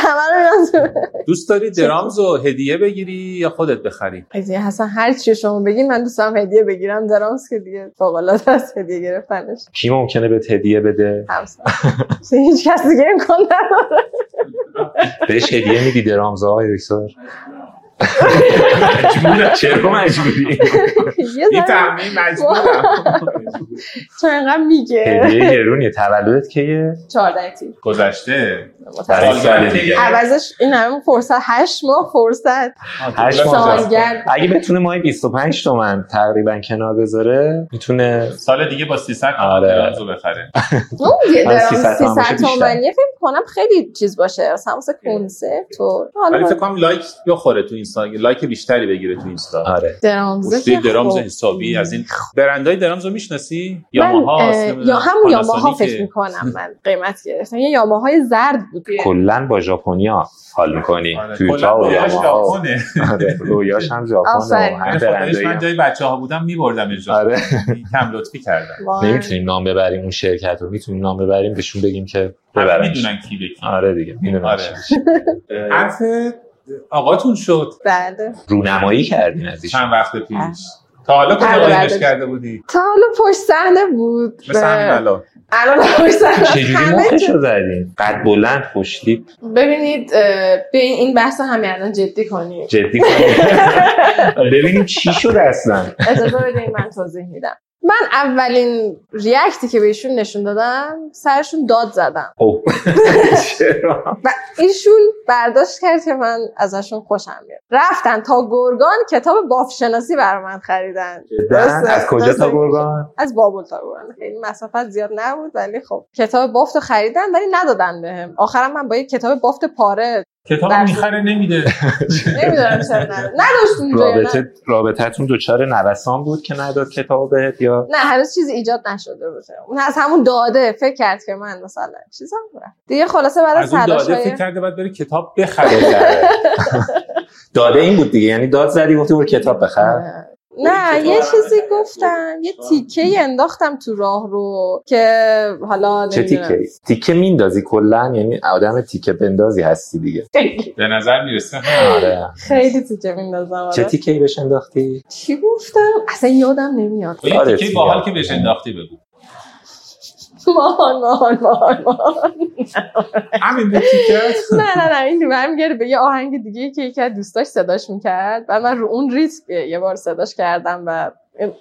Speaker 3: همه رو می‌دادم.
Speaker 1: دوست داری درامز رو هدیه بگیری یا خودت بخری
Speaker 3: قضیه حسن هر چی شما بگین من دوست دارم هدیه بگیرم درامس که دیگه فوق العاده است هدیه گرفتنش
Speaker 4: کی ممکنه به هدیه بده
Speaker 3: همسر هیچ کس دیگه امکان نداره
Speaker 4: بهش هدیه میدی درامزا های دکتر چرا مجبوری
Speaker 3: یه ذره
Speaker 1: میفهمی مجبورم
Speaker 3: تو اینقدر میگه
Speaker 4: هدیه گرونیه تولدت کیه
Speaker 3: 14 تیر
Speaker 1: گذشته
Speaker 4: برای سال دیگه
Speaker 3: عوضش این همه فرصت 8 ماه فرصت
Speaker 4: هشت ماه جاست.
Speaker 3: سالگرد
Speaker 4: اگه بتونه ماهی 25 تومن تقریبا کنار بذاره میتونه
Speaker 1: سال دیگه با 300 تومن
Speaker 4: آره.
Speaker 1: درامز رو بخره
Speaker 3: اون دیگه
Speaker 4: از
Speaker 3: درام
Speaker 4: 300 تومن
Speaker 3: 300
Speaker 4: باشه بیشتر.
Speaker 3: تومنیه فکر کنم خیلی چیز باشه مثلا واسه کنسرت و
Speaker 1: ولی فکر
Speaker 3: حالا
Speaker 1: کنم لایک بخوره تو اینستا لایک بیشتری بگیره تو اینستا
Speaker 4: آره
Speaker 3: درامز
Speaker 1: بوستی درامز حسابی از این برندهای درامز رو میشناسی یا
Speaker 3: خب. من
Speaker 1: ماها
Speaker 3: اه، یا همون یاماها فکر میکنم من قیمت گرفتم یه یاماهای زرد بود
Speaker 4: کلا با ژاپنیا حال میکنی
Speaker 1: آره.
Speaker 4: تویوتا و یاماها
Speaker 1: میکنم
Speaker 4: آره، رویاش هم ژاپن
Speaker 3: آفرین.
Speaker 4: و هم
Speaker 1: یعنی خودش
Speaker 4: برندایی
Speaker 1: من
Speaker 4: هم.
Speaker 1: جای بچه ها بودم میبردم اینجا
Speaker 4: آره
Speaker 1: کم لطفی کردن
Speaker 3: وای.
Speaker 4: نمیتونیم نام ببریم اون شرکت رو میتونیم نام ببریم بهشون بگیم که
Speaker 1: همه
Speaker 4: ببرن
Speaker 1: میدونن کی به کی
Speaker 4: آره دیگه میدونن
Speaker 1: آره.
Speaker 4: چی.
Speaker 1: حرف آقاتون شد
Speaker 3: بله
Speaker 4: رونمایی کردین از ایشون
Speaker 1: چند وقت پیش تا حالا کجا
Speaker 3: بله،
Speaker 1: قایمش
Speaker 3: بله.
Speaker 1: کرده بودی
Speaker 3: تا حالا پشت صحنه بود
Speaker 1: مثل همین الان
Speaker 3: الان پشت صحنه
Speaker 4: چجوری
Speaker 3: همه
Speaker 4: مخش
Speaker 3: جا-
Speaker 4: رو زدین قد بلند خوشتیپ
Speaker 3: ببینید به این بحث رو همین الان جدی کنیم
Speaker 4: جدی کنیم ببینیم چی شد اصلا
Speaker 3: اجازه بدین من توضیح میدم من اولین ریاکتی که بهشون نشون دادم سرشون داد زدم
Speaker 4: اوه. چرا
Speaker 3: و ایشون برداشت کرد که من ازشون خوشم میاد رفتن تا گرگان کتاب بافشناسی برای من خریدن درسته،
Speaker 4: از کجا
Speaker 3: درسته.
Speaker 4: تا گرگان
Speaker 3: از بابل تا گرگان خیلی مسافت زیاد نبود ولی خب کتاب بافت رو خریدن ولی ندادن بهم آخرم من با یه کتاب بافت پاره
Speaker 1: کتاب
Speaker 3: درس-
Speaker 1: میخره نمیده
Speaker 3: آره، نمیدونم چرا ندادن نداشت اونجا یا نه.
Speaker 4: رابطه رابطتون دوچار نوسان بود که نداد کتاب بهت یا
Speaker 3: نه هنوز چیزی ایجاد نشده بود اون از همون داده فکر کرد که من مثلا چیزا بودم. دیگه خلاصه بعد از
Speaker 1: از اون
Speaker 3: تلاش
Speaker 1: داده
Speaker 3: های
Speaker 1: فکر کرده باید بره کتاب بخره
Speaker 4: داده این بود دیگه یعنی داد زدی گفتی برو کتاب بخر
Speaker 3: آره. نه
Speaker 4: آره.
Speaker 3: یه چیزی گفتم یه تیکه انداختم تو راه رو که حالا
Speaker 4: چه
Speaker 3: نمیدونم
Speaker 4: تیکه تیکه میندازی کلا یعنی آدم تیکه بندازی هستی دیگه
Speaker 1: به نظر میرسه
Speaker 4: آره
Speaker 3: خیلی تیکه میندازم
Speaker 4: چه
Speaker 3: آره.
Speaker 4: تیکه ای بهش انداختی
Speaker 3: چی گفتم اصلا یادم نمیاد
Speaker 1: با یه
Speaker 4: آره،
Speaker 1: تیکه
Speaker 4: تیکه.
Speaker 1: باحال که بهش انداختی بگو
Speaker 3: ماهان ماهان ماهان ماهان
Speaker 1: همین بود تیکه
Speaker 3: نه نه نه این برمیگرده به یه آهنگ دیگه که یکی از دوستاش صداش میکرد و من رو اون ریتم یه بار صداش کردم و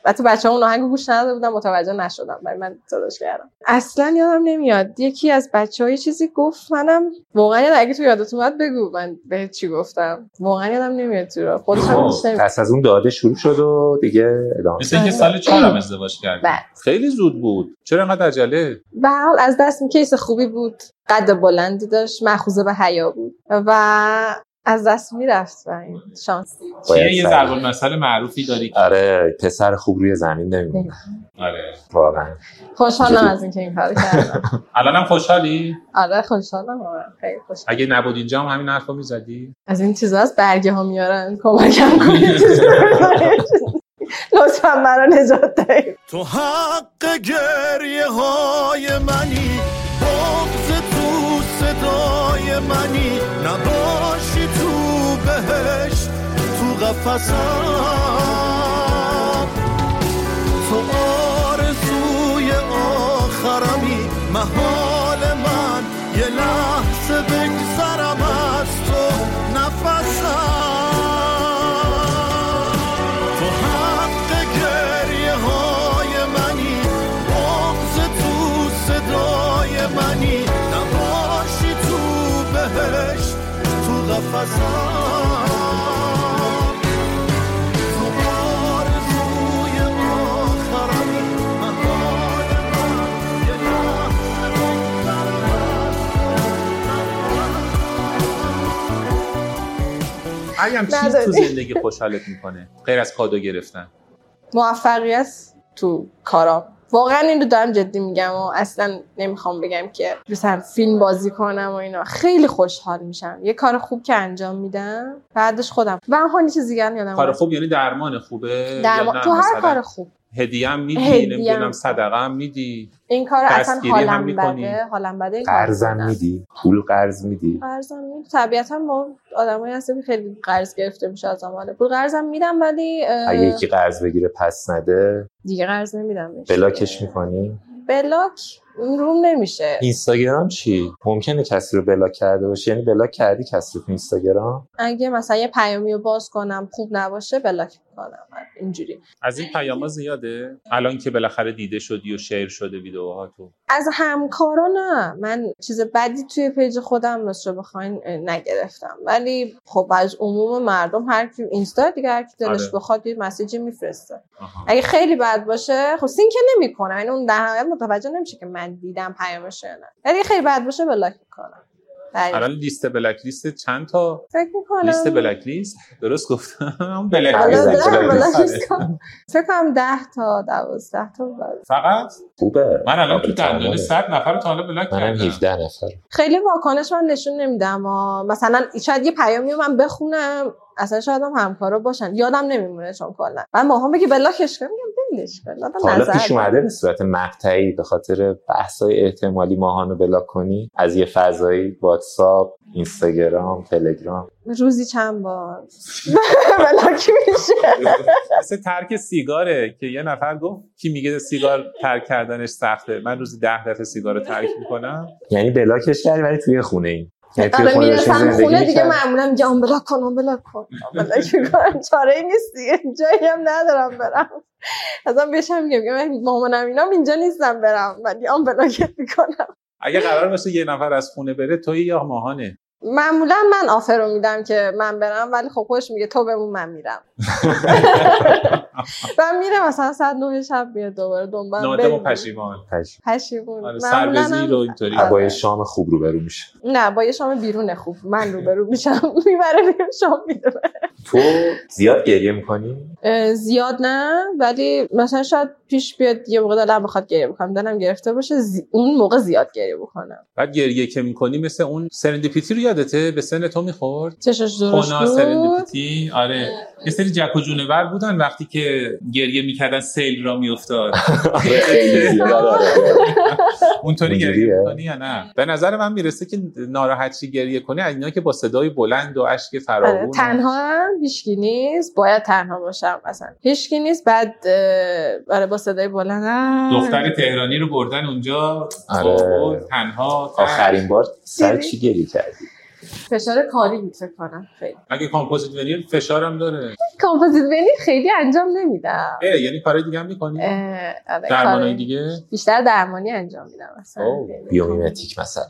Speaker 3: حتی بچه اون آهنگ رو گوش نداده بودم متوجه نشدم ولی من صداش کردم اصلا یادم نمیاد یکی از بچه های چیزی گفت منم واقعا یاد اگه تو یادت اومد بگو من به چی گفتم واقعا یادم نمیاد تو را خودش هم
Speaker 1: خب.
Speaker 3: گوش نمی‌دم.
Speaker 4: پس از اون داده شروع شد و دیگه ادامه
Speaker 1: مثل اینکه سال چهارم ازدواج کردی
Speaker 3: بله.
Speaker 1: خیلی زود بود چرا انقدر عجله
Speaker 3: به هر حال از دست این کیس خوبی بود قد بلندی داشت مخوزه به حیا بود و از دست میرفت و این شانس
Speaker 4: باید
Speaker 1: چیه یه
Speaker 4: سعی.
Speaker 1: ضرب المثل معروفی داری
Speaker 4: آره پسر خوب روی زمین نمیمونه
Speaker 1: آره
Speaker 4: واقعا
Speaker 3: خوشحالم از اینکه این کارو کردم
Speaker 1: الانم خوشحالی
Speaker 3: آره خوشحالم آره. خیلی خوشحالم
Speaker 1: اگه نبود اینجا هم همین حرفو میزدی
Speaker 3: از این چیزا از برگه ها میارن کمکم کنید لطفا مرا نجات دهید
Speaker 11: تو حق گریه های منی بغز تو صدای جای منی نباشی تو بهشت تو قفصم تو آرزوی آخرمی محال من یه لحظه بگذرم از تو نفسم تو حق گریه های منی بغز تو صدای منی نباشی تو بهش تو قفصم تو آرزوی آخرمی محال من یه لحظه بگذرم از
Speaker 1: مریم چیز
Speaker 3: نداری.
Speaker 1: تو زندگی خوشحالت میکنه غیر از کادو گرفتن
Speaker 3: موفقیت تو کارام واقعا این رو دارم جدی میگم و اصلا نمیخوام بگم که مثلا فیلم بازی کنم و اینا خیلی خوشحال میشم یه کار خوب که انجام میدم بعدش خودم و هانی چیز دیگه هم یادم
Speaker 1: کار
Speaker 3: رفت.
Speaker 1: خوب یعنی درمان خوبه
Speaker 3: در...
Speaker 1: یا نه
Speaker 3: تو هر
Speaker 1: مثلا
Speaker 3: کار خوب
Speaker 1: هدیه هم میدی
Speaker 3: هدیه
Speaker 1: نمیدونم
Speaker 3: هم.
Speaker 1: صدقه هم میدی
Speaker 3: این کار اصلا
Speaker 1: دستگیری هم
Speaker 3: حالم
Speaker 1: می‌کنی؟
Speaker 3: بده حالم بده این کار
Speaker 4: قرضم میدی پول قرض میدی
Speaker 3: قرضم میدم طبیعتا ما آدمایی هستیم که خیلی قرض گرفته میشه از زمان پول قرضم میدم ولی اه،
Speaker 4: اگه یکی قرض بگیره پس نده
Speaker 3: دیگه قرض نمیدم بهش.
Speaker 4: بلاکش میکنی
Speaker 3: بلاک روم نمیشه
Speaker 4: اینستاگرام چی ممکنه کسی رو بلاک کرده باشی یعنی بلاک کردی کسی رو تو اینستاگرام
Speaker 3: اگه مثلا یه پیامی رو باز کنم خوب نباشه بلاک میکنم اینجوری
Speaker 1: از این پیاما زیاده الان که بالاخره دیده شدی و شیر شده ویدیوها تو
Speaker 3: از همکارا نه من چیز بدی توی پیج خودم راست رو بخواین اه، نگرفتم ولی خب از عموم مردم هر کی اینستا دیگه هر کی دلش
Speaker 12: آره.
Speaker 3: بخواد یه مسیجی میفرسته اگه خیلی بد باشه خب سینک نمیکنم یعنی اون در نهایت متوجه نمیشه که من دیدم پیامش یا نه ولی اگه خیلی بد باشه بلاک میکنم بله.
Speaker 1: الان لیست بلک لیست چند تا
Speaker 3: فکر میکنم
Speaker 1: آره. لیست بلک لیست درست گفتم بلک
Speaker 4: آره،
Speaker 1: لیست
Speaker 4: بلک
Speaker 1: بلک
Speaker 4: لیست.
Speaker 1: لیست.
Speaker 3: آره. فکر کنم 10 تا 12 تا بله. بعد
Speaker 1: فقط
Speaker 4: خوبه
Speaker 1: من الان تو
Speaker 4: قابل تعامله.
Speaker 1: دندانه 100 نفر رو تا حالا بلاک
Speaker 3: آره.
Speaker 4: منم
Speaker 1: کردم
Speaker 4: 17 نفر
Speaker 3: خیلی واکنش من نشون نمیدم آه. مثلا شاید یه پیامی رو من بخونم اصلا شاید هم همکارا باشن یادم نمیمونه چون کلا من ماهام بگه بلاکش کنم میگم بلش کن
Speaker 4: تا
Speaker 3: آدم
Speaker 4: حالا
Speaker 3: نظر
Speaker 4: پیش اومده به صورت مقطعی به خاطر بحث‌های احتمالی ماهانو بلاک کنی از یه فضایی واتساپ اینستاگرام تلگرام
Speaker 3: روزی چند بار بلاک میشه
Speaker 1: مثل ترک سیگاره که یه نفر گفت کی میگه سیگار ترک کردنش سخته من روزی ده دفعه سیگار رو ترک میکنم
Speaker 4: یعنی بلاکش کردی ولی توی خونه ای یعنی توی
Speaker 3: آره
Speaker 4: خونه داشتی
Speaker 3: میرسم
Speaker 4: زندگی
Speaker 3: خونه دیگه
Speaker 4: می‌کردی؟
Speaker 3: معمولا میگم آن بلاک کن آن بلاک کن آن بلاک میکنم چاره ای نیست دیگه جایی هم ندارم برم ازم بشم میگم میگم من مامانم اینام اینجا نیستم برم ولی آن بلاکت میکنم
Speaker 1: اگه قرار باشه یه نفر از خونه بره توی یا ماهانه
Speaker 3: معمولا من آفر رو میدم که من برم ولی خب خودش میگه تو بمون من میرم و میره مثلا ساعت نه شب میاد دوباره دنبال
Speaker 1: نادم و پشیمان
Speaker 3: پشیمون
Speaker 1: آره
Speaker 3: معمولاً هم-
Speaker 1: سربزی رو اینطوری
Speaker 3: آره.
Speaker 4: با یه شام خوب روبرو میشه
Speaker 3: نه با یه شام بیرون خوب من روبرو میشم میبره میرم شام میره
Speaker 4: تو زیاد گریه میکنی
Speaker 3: اه، زیاد نه ولی مثلا شاید پیش بیاد یه موقع دلم بخواد گریه بکنم دلم گرفته باشه زی- اون موقع زیاد گریه بکنم
Speaker 1: بعد گریه که میکنی مثل اون سرندیپیتی رو یادته به سن تو میخورد
Speaker 3: چشش درست
Speaker 1: خونا
Speaker 3: بود
Speaker 1: سرندیپیتی آره یه سری جک و جونور بودن وقتی که گریه میکردن سیل را میافتاد اونطوری گریه
Speaker 4: اونجوریه؟
Speaker 1: میکنی یا نه به نظر من میرسه که ناراحتی گریه کنی از اینا که با صدای بلند و اشک
Speaker 3: آره،
Speaker 1: فراوون
Speaker 3: تنها هم هیچکی نیست باید تنها باشم اصلا هیچکی نیست بعد اه، آره با صدای بلند آه.
Speaker 1: دختر تهرانی رو بردن اونجا
Speaker 4: آره.
Speaker 1: آورد، تنها تنها.
Speaker 4: آخرین بار سر چی گریه کردی
Speaker 3: فشار کاری بود فکر کنم خیلی
Speaker 1: اگه کامپوزیت ونیل فشارم داره
Speaker 3: کامپوزیت بینی خیلی انجام نمیدم
Speaker 1: اه، یعنی کارهای دیگه هم میکنی
Speaker 3: اه، آره،
Speaker 1: درمانای
Speaker 3: کار-
Speaker 1: دیگه
Speaker 3: بیشتر درمانی انجام میدم اصلا
Speaker 4: بیومیمتیک مثلا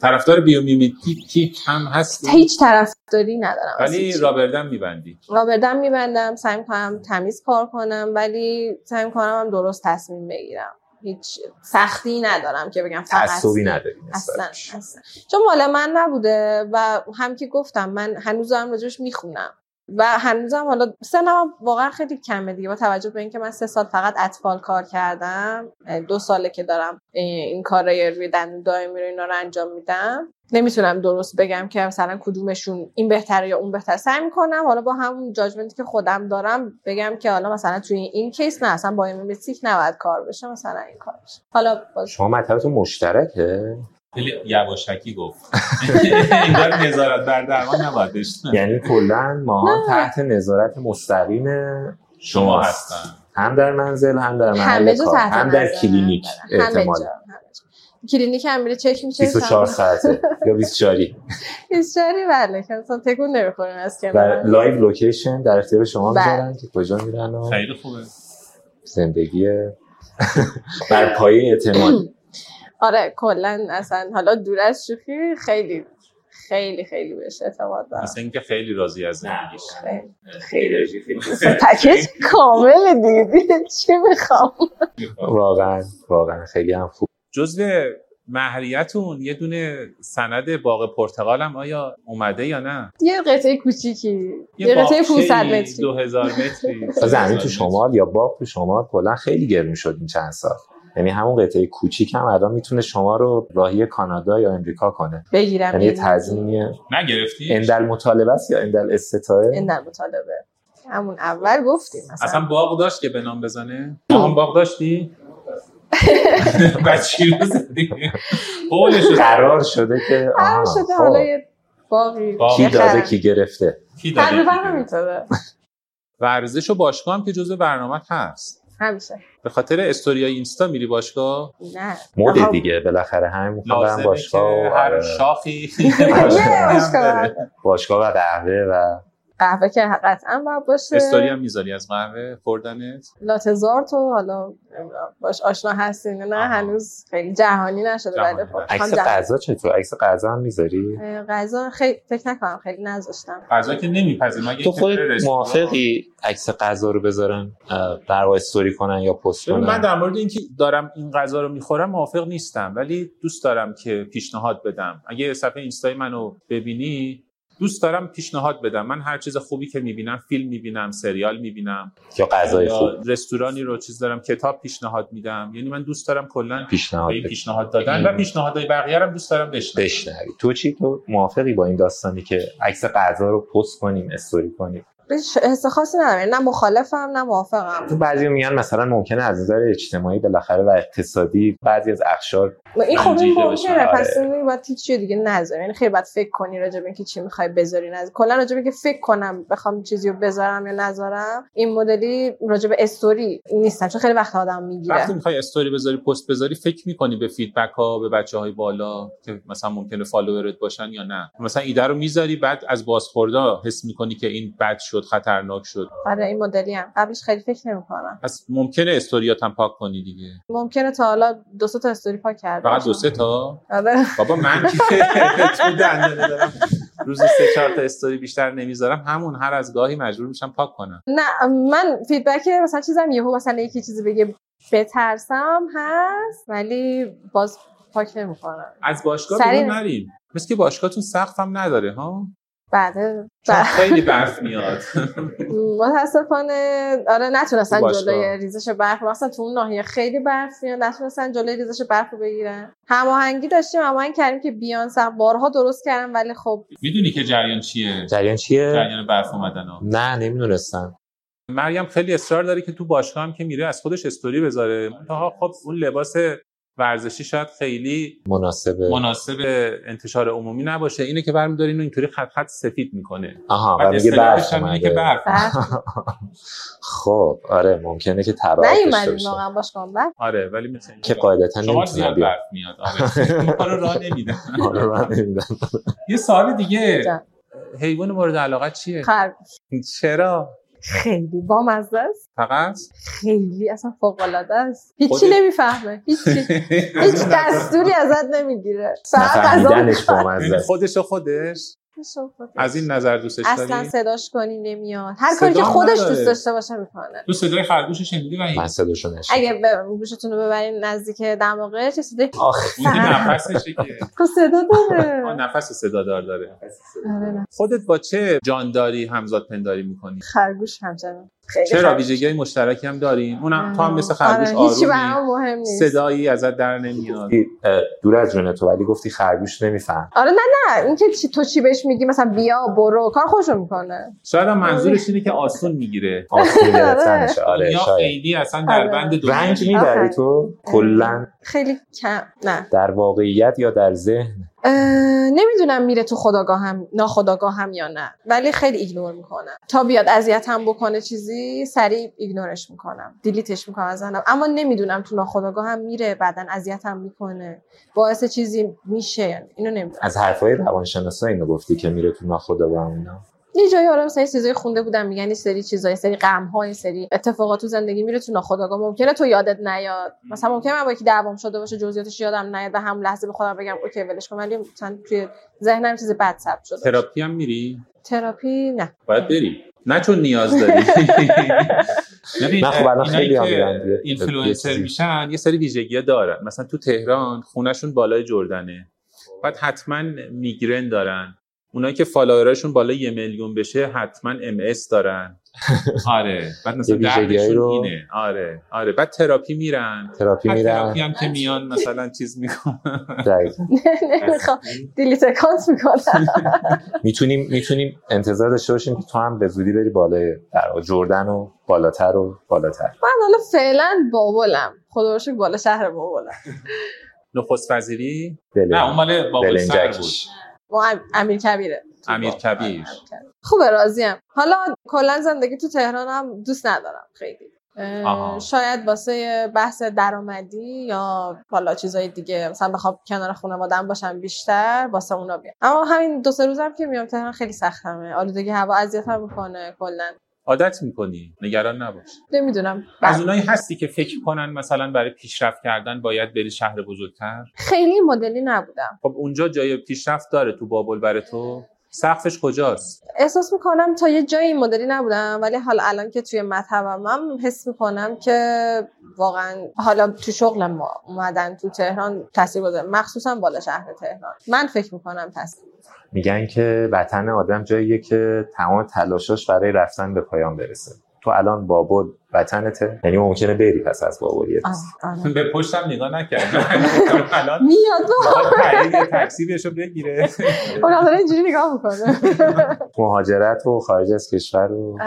Speaker 1: طرفدار بیومیمتیک هم هستی
Speaker 3: هیچ طرفداری ندارم اصلا
Speaker 1: ولی
Speaker 3: هیچ.
Speaker 1: رابردن میبندی
Speaker 3: رابردم میبندم سعی میکنم تمیز کار کنم ولی سعی میکنم هم درست تصمیم بگیرم هیچ سختی ندارم که بگم فقط
Speaker 4: تعصبی نداری
Speaker 3: اصلا اصلا چون مال من نبوده و هم که گفتم من هنوزم راجبش میخونم و هنوزم حالا سنم واقعا خیلی کمه دیگه با توجه به اینکه من سه سال فقط اطفال کار کردم دو ساله که دارم این کارای روی دندون دائمی رو اینا رو انجام میدم نمیتونم درست بگم که مثلا کدومشون این بهتره یا اون بهتره سعی میکنم حالا با همون جاجمنتی که خودم دارم بگم که حالا مثلا توی این کیس نه اصلا با این نباید کار بشه مثلا این کار بشه. حالا باز
Speaker 4: شما مطلبتون مشترکه
Speaker 1: خیلی یواشکی گفت انگار نظارت بر درمان نباید بشنن
Speaker 4: یعنی کلا ماها تحت نظارت مستقیم
Speaker 1: شما هستن
Speaker 4: هم در منزل هم در
Speaker 3: همه
Speaker 4: محل
Speaker 3: جا
Speaker 4: کار
Speaker 3: تحت
Speaker 4: هم در
Speaker 3: نظر بله،
Speaker 4: کلینیک
Speaker 3: همه
Speaker 4: احتمالا
Speaker 3: جا، همه جا. کلینیک هم میره چک میشه
Speaker 4: 24 ساعته یا 24
Speaker 3: بیشتری بله که اصلا تکون نمیخوریم از
Speaker 4: و
Speaker 3: کنار
Speaker 4: لایو لوکیشن در اختیار شما
Speaker 3: بله.
Speaker 4: میذارن که کجا میرن و
Speaker 1: خیلی خوبه
Speaker 4: زندگی بر پایه اعتماد
Speaker 3: آره کلا اصلا حالا دور از شوخی خیلی خیلی خیلی بهش اعتماد دارم
Speaker 1: مثل اینکه خیلی راضی از زندگیش
Speaker 3: خیلی پکیج کامل دیگه دیگه چی میخوام
Speaker 4: واقعا واقعا خیلی هم خوب
Speaker 1: جزو مهریتون یه دونه سند باغ پرتقال هم آیا اومده یا نه
Speaker 3: یه قطعه کوچیکی یه قطعه
Speaker 1: باغچه‌ای
Speaker 3: 500 متری
Speaker 1: 2000 متری
Speaker 4: زمین تو شمال یا باغ تو شمال کلا خیلی گرون شد این چند سال یعنی همون قطعه کوچیک هم الان میتونه شما رو راهی کانادا یا امریکا کنه
Speaker 3: بگیرم
Speaker 4: یعنی یه
Speaker 3: بگیرم.
Speaker 4: تضمینیه
Speaker 1: نگرفتی
Speaker 4: اندل مطالبه است یا اندل استطاعه
Speaker 3: این در مطالبه همون اول گفتیم
Speaker 1: اصلا باغ داشت که به نام بزنه ما هم باغ داشتی بچی رو زدی قولش رو زدی.
Speaker 4: قرار شده که
Speaker 3: هر
Speaker 4: آها
Speaker 3: شده
Speaker 4: خب.
Speaker 3: حالا یه باقی
Speaker 1: باغ.
Speaker 4: کی داده کی گرفته
Speaker 1: کی داده؟
Speaker 3: تقریبا همینطوره
Speaker 1: ورزش و باشگاه هم که جزو برنامه هست
Speaker 3: همیشه
Speaker 1: به خاطر استوریای اینستا میری باشگاه
Speaker 3: نه
Speaker 4: مود دیگه بالاخره همین میخوام برم
Speaker 1: لازمه که
Speaker 4: باشگاه و
Speaker 1: هر
Speaker 4: آره،
Speaker 1: شاخی
Speaker 4: باشگاه و قهوه و
Speaker 3: قهوه که قطعا باید باشه
Speaker 1: استوری هم میذاری از قهوه خوردنت
Speaker 3: لاتزارت و حالا نمیدونم باش آشنا هستین نه هنوز خیلی جهانی نشده
Speaker 1: جهانی
Speaker 3: ولی خب
Speaker 4: عکس
Speaker 3: میخوام جهانی.
Speaker 4: غذا چطور عکس غذا هم میذاری
Speaker 3: اه، غذا خیلی فکر نکنم خیلی نذاشتم
Speaker 1: غذا که نمیپذیر مگه
Speaker 4: تو
Speaker 1: اینکه
Speaker 4: خودت
Speaker 1: بره رستوران.
Speaker 4: موافقی عکس غذا رو بذارن اه، در واقع استوری کنن یا پست
Speaker 1: ببین، من
Speaker 4: کنن
Speaker 1: در مورد اینکه دارم این غذا رو میخورم موافق نیستم ولی دوست دارم که پیشنهاد بدم اگه صفحه اینستای منو ببینی دوست دارم پیشنهاد بدم من هر چیز خوبی که میبینم فیلم میبینم سریال میبینم
Speaker 4: یا غذای خوب
Speaker 1: رستورانی رو چیز دارم کتاب پیشنهاد میدم یعنی من دوست دارم کلا
Speaker 4: پیشنهاد
Speaker 1: به این
Speaker 4: بدی.
Speaker 1: پیشنهاد دادن و پیشنهادهای بقیه رو هم دوست دارم بشنوم
Speaker 4: بشنوی تو چی تو موافقی با این داستانی که عکس غذا رو پست کنیم استوری کنیم
Speaker 3: هیچ حس خاصی ندارم یعنی نه مخالفم نه موافقم
Speaker 4: تو بعضی میگن مثلا ممکنه از نظر اجتماعی بالاخره و اقتصادی بعضی از اقشار
Speaker 3: این خب این
Speaker 4: رنجیده
Speaker 3: ممکنه
Speaker 4: بشن.
Speaker 3: پس
Speaker 4: آره.
Speaker 3: این باید هیچ چیز دیگه نذاری یعنی خیلی باید فکر کنی راجع به اینکه چی میخوای بذاری نذاری کلا راجع به اینکه فکر کنم بخوام چیزی رو بذارم یا نذارم این مدلی راجع به استوری نیستم چون خیلی وقت آدم میگیره
Speaker 1: وقتی میخوای استوری بذاری پست بذاری فکر میکنی به فیدبک ها به بچه های بالا که مثلا ممکنه فالوورت باشن یا نه مثلا ایده رو میذاری بعد از بازخوردا حس میکنی که این بد شد خطرناک شد
Speaker 3: آره این مدلی هم قبلش خیلی فکر نمیکنم
Speaker 1: پس ممکنه استوریات هم پاک کنی دیگه
Speaker 3: ممکنه تا حالا دو سه تا استوری پاک کرده
Speaker 1: فقط دو
Speaker 3: باشم.
Speaker 1: سه تا
Speaker 3: آره
Speaker 1: بابا من که تو دندونه دارم روزی سه چهار تا استوری بیشتر نمیذارم همون هر از گاهی مجبور میشم پاک کنم
Speaker 3: نه من فیدبک مثلا چیزم یهو مثلا یکی چیزی بگه بترسم هست ولی باز پاک نمیکنم
Speaker 1: از باشگاه
Speaker 3: سریع.
Speaker 1: بیرون نریم مثل که باشگاهتون سقف هم نداره ها
Speaker 3: بعد بله.
Speaker 1: چون خیلی برف میاد
Speaker 3: متاسفانه آره
Speaker 1: تو
Speaker 3: نتونستن
Speaker 1: باشگاه.
Speaker 3: جلوی ریزش برف مثلا تو اون ناحیه خیلی برف میاد نتونستن جلوی ریزش برف رو بگیرن هماهنگی داشتیم هماهنگ کردیم که بیانس هم بارها درست کردم ولی خب
Speaker 1: میدونی که جریان چیه
Speaker 4: جریان چیه
Speaker 1: جریان برف اومدن ها
Speaker 4: نه نمیدونستم
Speaker 1: مریم خیلی اصرار داره که تو باشگاه هم که میره از خودش استوری بذاره منتها خب اون لباس ورزشی شاید خیلی
Speaker 4: مناسبه
Speaker 1: مناسب انتشار عمومی نباشه اینه که برمیداره اینو اینطوری خط خط سفید میکنه
Speaker 4: آها و
Speaker 1: بعد
Speaker 4: میگه
Speaker 1: اصطلاحش
Speaker 4: برف
Speaker 1: هم اینه که
Speaker 4: اومده
Speaker 1: برف
Speaker 3: برف
Speaker 4: خب آره ممکنه که تبعات داشته
Speaker 3: نیومدیم
Speaker 4: باشه
Speaker 3: واقعا باش برف
Speaker 1: آره ولی مثل اینکه
Speaker 4: که قاعدتا
Speaker 1: شما
Speaker 4: نمیتونه
Speaker 1: زیاد
Speaker 4: بیاد
Speaker 1: برف میاد آره ما رو راه نمیدن
Speaker 4: آره، من نمی‌دونم.
Speaker 1: یه سوال دیگه
Speaker 3: جان. خب.
Speaker 1: حیوان مورد علاقه چیه
Speaker 3: خر
Speaker 1: چرا
Speaker 3: خیلی بامزه است
Speaker 1: فقط
Speaker 3: خیلی اصلا فوق العاده است هیچی
Speaker 1: خودت-
Speaker 3: نمیفهمه هیچی هیچ دستوری ازت نمیگیره فقط غذا
Speaker 4: نفهمیدنش بامزه است
Speaker 1: یعنی خودش و خودش
Speaker 3: می‌خوره.
Speaker 1: از این نظر دوستش
Speaker 3: اصلا
Speaker 1: داری
Speaker 3: صداش کنی نمیاد هر کاری
Speaker 1: صدا
Speaker 3: که خودش
Speaker 1: نداره.
Speaker 3: دوست داشته باشه میکنه
Speaker 1: تو صدای خرگوش شنیدی و
Speaker 4: من صداشو نشنیدم.
Speaker 3: اگه ب- گوشتون رو ببرین نزدیک دماغه چه صدای
Speaker 4: آخ
Speaker 1: اون که نفسشه که
Speaker 3: کو صدا
Speaker 1: آه،
Speaker 3: داره
Speaker 1: نفس صدا دار داره
Speaker 3: آره،
Speaker 1: خودت با چه جانداری همزاد پنداری میکنی
Speaker 3: خرگوش همچنان خیلی
Speaker 1: چرا
Speaker 3: خرگوش.
Speaker 1: ویژگی های مشترکی هم داریم اونم تو هم مثل خرگوش
Speaker 3: آره، هیچی برام
Speaker 1: آرومی
Speaker 3: مهم نیست
Speaker 1: صدایی ازت در نمیاد
Speaker 4: گفتی، اه، دور از جون تو ولی گفتی خرگوش نمیفهم
Speaker 3: آره نه نه اینکه چی تو چی بهش میگی مثلا بیا برو کار خوشو میکنه
Speaker 1: شاید هم منظورش اینه که آسون میگیره
Speaker 4: آسون گرفتنش آره
Speaker 1: یا
Speaker 4: شاید
Speaker 1: خیلی اصلا در
Speaker 3: آره.
Speaker 1: بند دنیا
Speaker 4: رنج
Speaker 1: نیست.
Speaker 4: میبری
Speaker 3: آفرین.
Speaker 4: تو کلا
Speaker 3: خیلی کم نه
Speaker 4: در واقعیت یا در ذهن
Speaker 3: اه، نمیدونم میره تو خداگاهم ناخداگاهم یا نه ولی خیلی ایگنور میکنم تا بیاد اذیتم بکنه چیزی سریع ایگنورش میکنم دیلیتش میکنم از ذهنم اما نمیدونم تو ناخداگاهم میره بعدا اذیتم میکنه باعث چیزی میشه یعنی. اینو نمیدونم
Speaker 4: از حرفای روانشناسا اینو گفتی که میره تو ناخودآگاه اینا
Speaker 3: یه جایی حالا مثلا یه چیزای خونده بودم میگن یه سری چیزای سری غم های سری اتفاقات تو زندگی میره تو ناخودآگاه ممکنه تو یادت نیاد مثلا ممکنه من با یکی دعوام شده باشه جزئیاتش یادم نیاد و هم لحظه به خودم بگم اوکی ولش کن ولی مثلا توی ذهنم چیز بد ثبت شده
Speaker 1: تراپی هم میری
Speaker 3: تراپی نه
Speaker 1: باید بری نه چون نیاز داری ببین
Speaker 4: نه خب الان
Speaker 1: اینایی
Speaker 4: خیلی هم
Speaker 1: که
Speaker 4: میرن دیگه. یه
Speaker 1: اینفلوئنسر
Speaker 4: چیزی.
Speaker 1: میشن یه سری ویژگی دارن مثلا تو تهران خونشون بالای جردنه بعد حتما میگرن دارن اونایی که فالووراشون بالای یه میلیون بشه حتما ام دارن آره بعد مثلا
Speaker 4: یه ویژگی‌هایی
Speaker 1: دردشون
Speaker 4: رو-
Speaker 1: اینه آره آره بعد تراپی میرن
Speaker 4: تراپی
Speaker 1: بعد
Speaker 4: میرن
Speaker 1: تراپی هم که میان مثلا چیز میکنن
Speaker 4: دقیقاً.
Speaker 3: نمیخوام دیلیت اکانت میکنم
Speaker 4: میتونیم میتونیم انتظار داشته باشیم که تو هم به زودی بری بالای در واقع جردن و بالاتر و بالاتر
Speaker 3: من حالا فعلا بابلم خدا رو شکر بالا شهر بابلم
Speaker 1: نخست وزیری
Speaker 4: دل-
Speaker 1: نه اون مال بابل سر بود
Speaker 4: دلنجکش.
Speaker 3: ما ام- امیر کبیره
Speaker 1: امیر کبیر
Speaker 3: خوبه راضیم حالا کلا زندگی تو تهرانم دوست ندارم خیلی اه،
Speaker 1: آها.
Speaker 3: شاید واسه بحث درآمدی یا حالا چیزای دیگه مثلا بخوام کنار خانواده‌ام باشم بیشتر واسه اونا بیام اما همین دو سه روزم که میام تهران خیلی سختمه آلودگی هوا اذیتم میکنه کلا
Speaker 1: عادت میکنی نگران نباش
Speaker 3: نمیدونم
Speaker 1: از اونایی هستی که فکر کنن مثلا برای پیشرفت کردن باید بری شهر بزرگتر
Speaker 3: خیلی این مدلی نبودم
Speaker 1: خب اونجا جای پیشرفت داره تو بابل برای تو سقفش کجاست
Speaker 3: احساس میکنم تا یه جایی این مدلی نبودم ولی حالا الان که توی مطبم هم حس میکنم که واقعا حالا تو شغل ما اومدن تو تهران تاثیر گذاره مخصوصا بالا شهر تهران من فکر میکنم تاثیر
Speaker 4: میگن که وطن آدم جاییه که تمام تلاشاش برای رفتن به پایان برسه تو الان بابل وطنته یعنی ممکنه بری پس از بابل یه
Speaker 3: آه،
Speaker 4: روز.
Speaker 3: آره.
Speaker 1: به پشتم نگاه نکردم الان
Speaker 3: میاد
Speaker 1: میخواد تعیین تکسیبش رو بگیره
Speaker 3: اون داره اینجوری نگاه میکنه
Speaker 4: مهاجرت و خارج از کشور و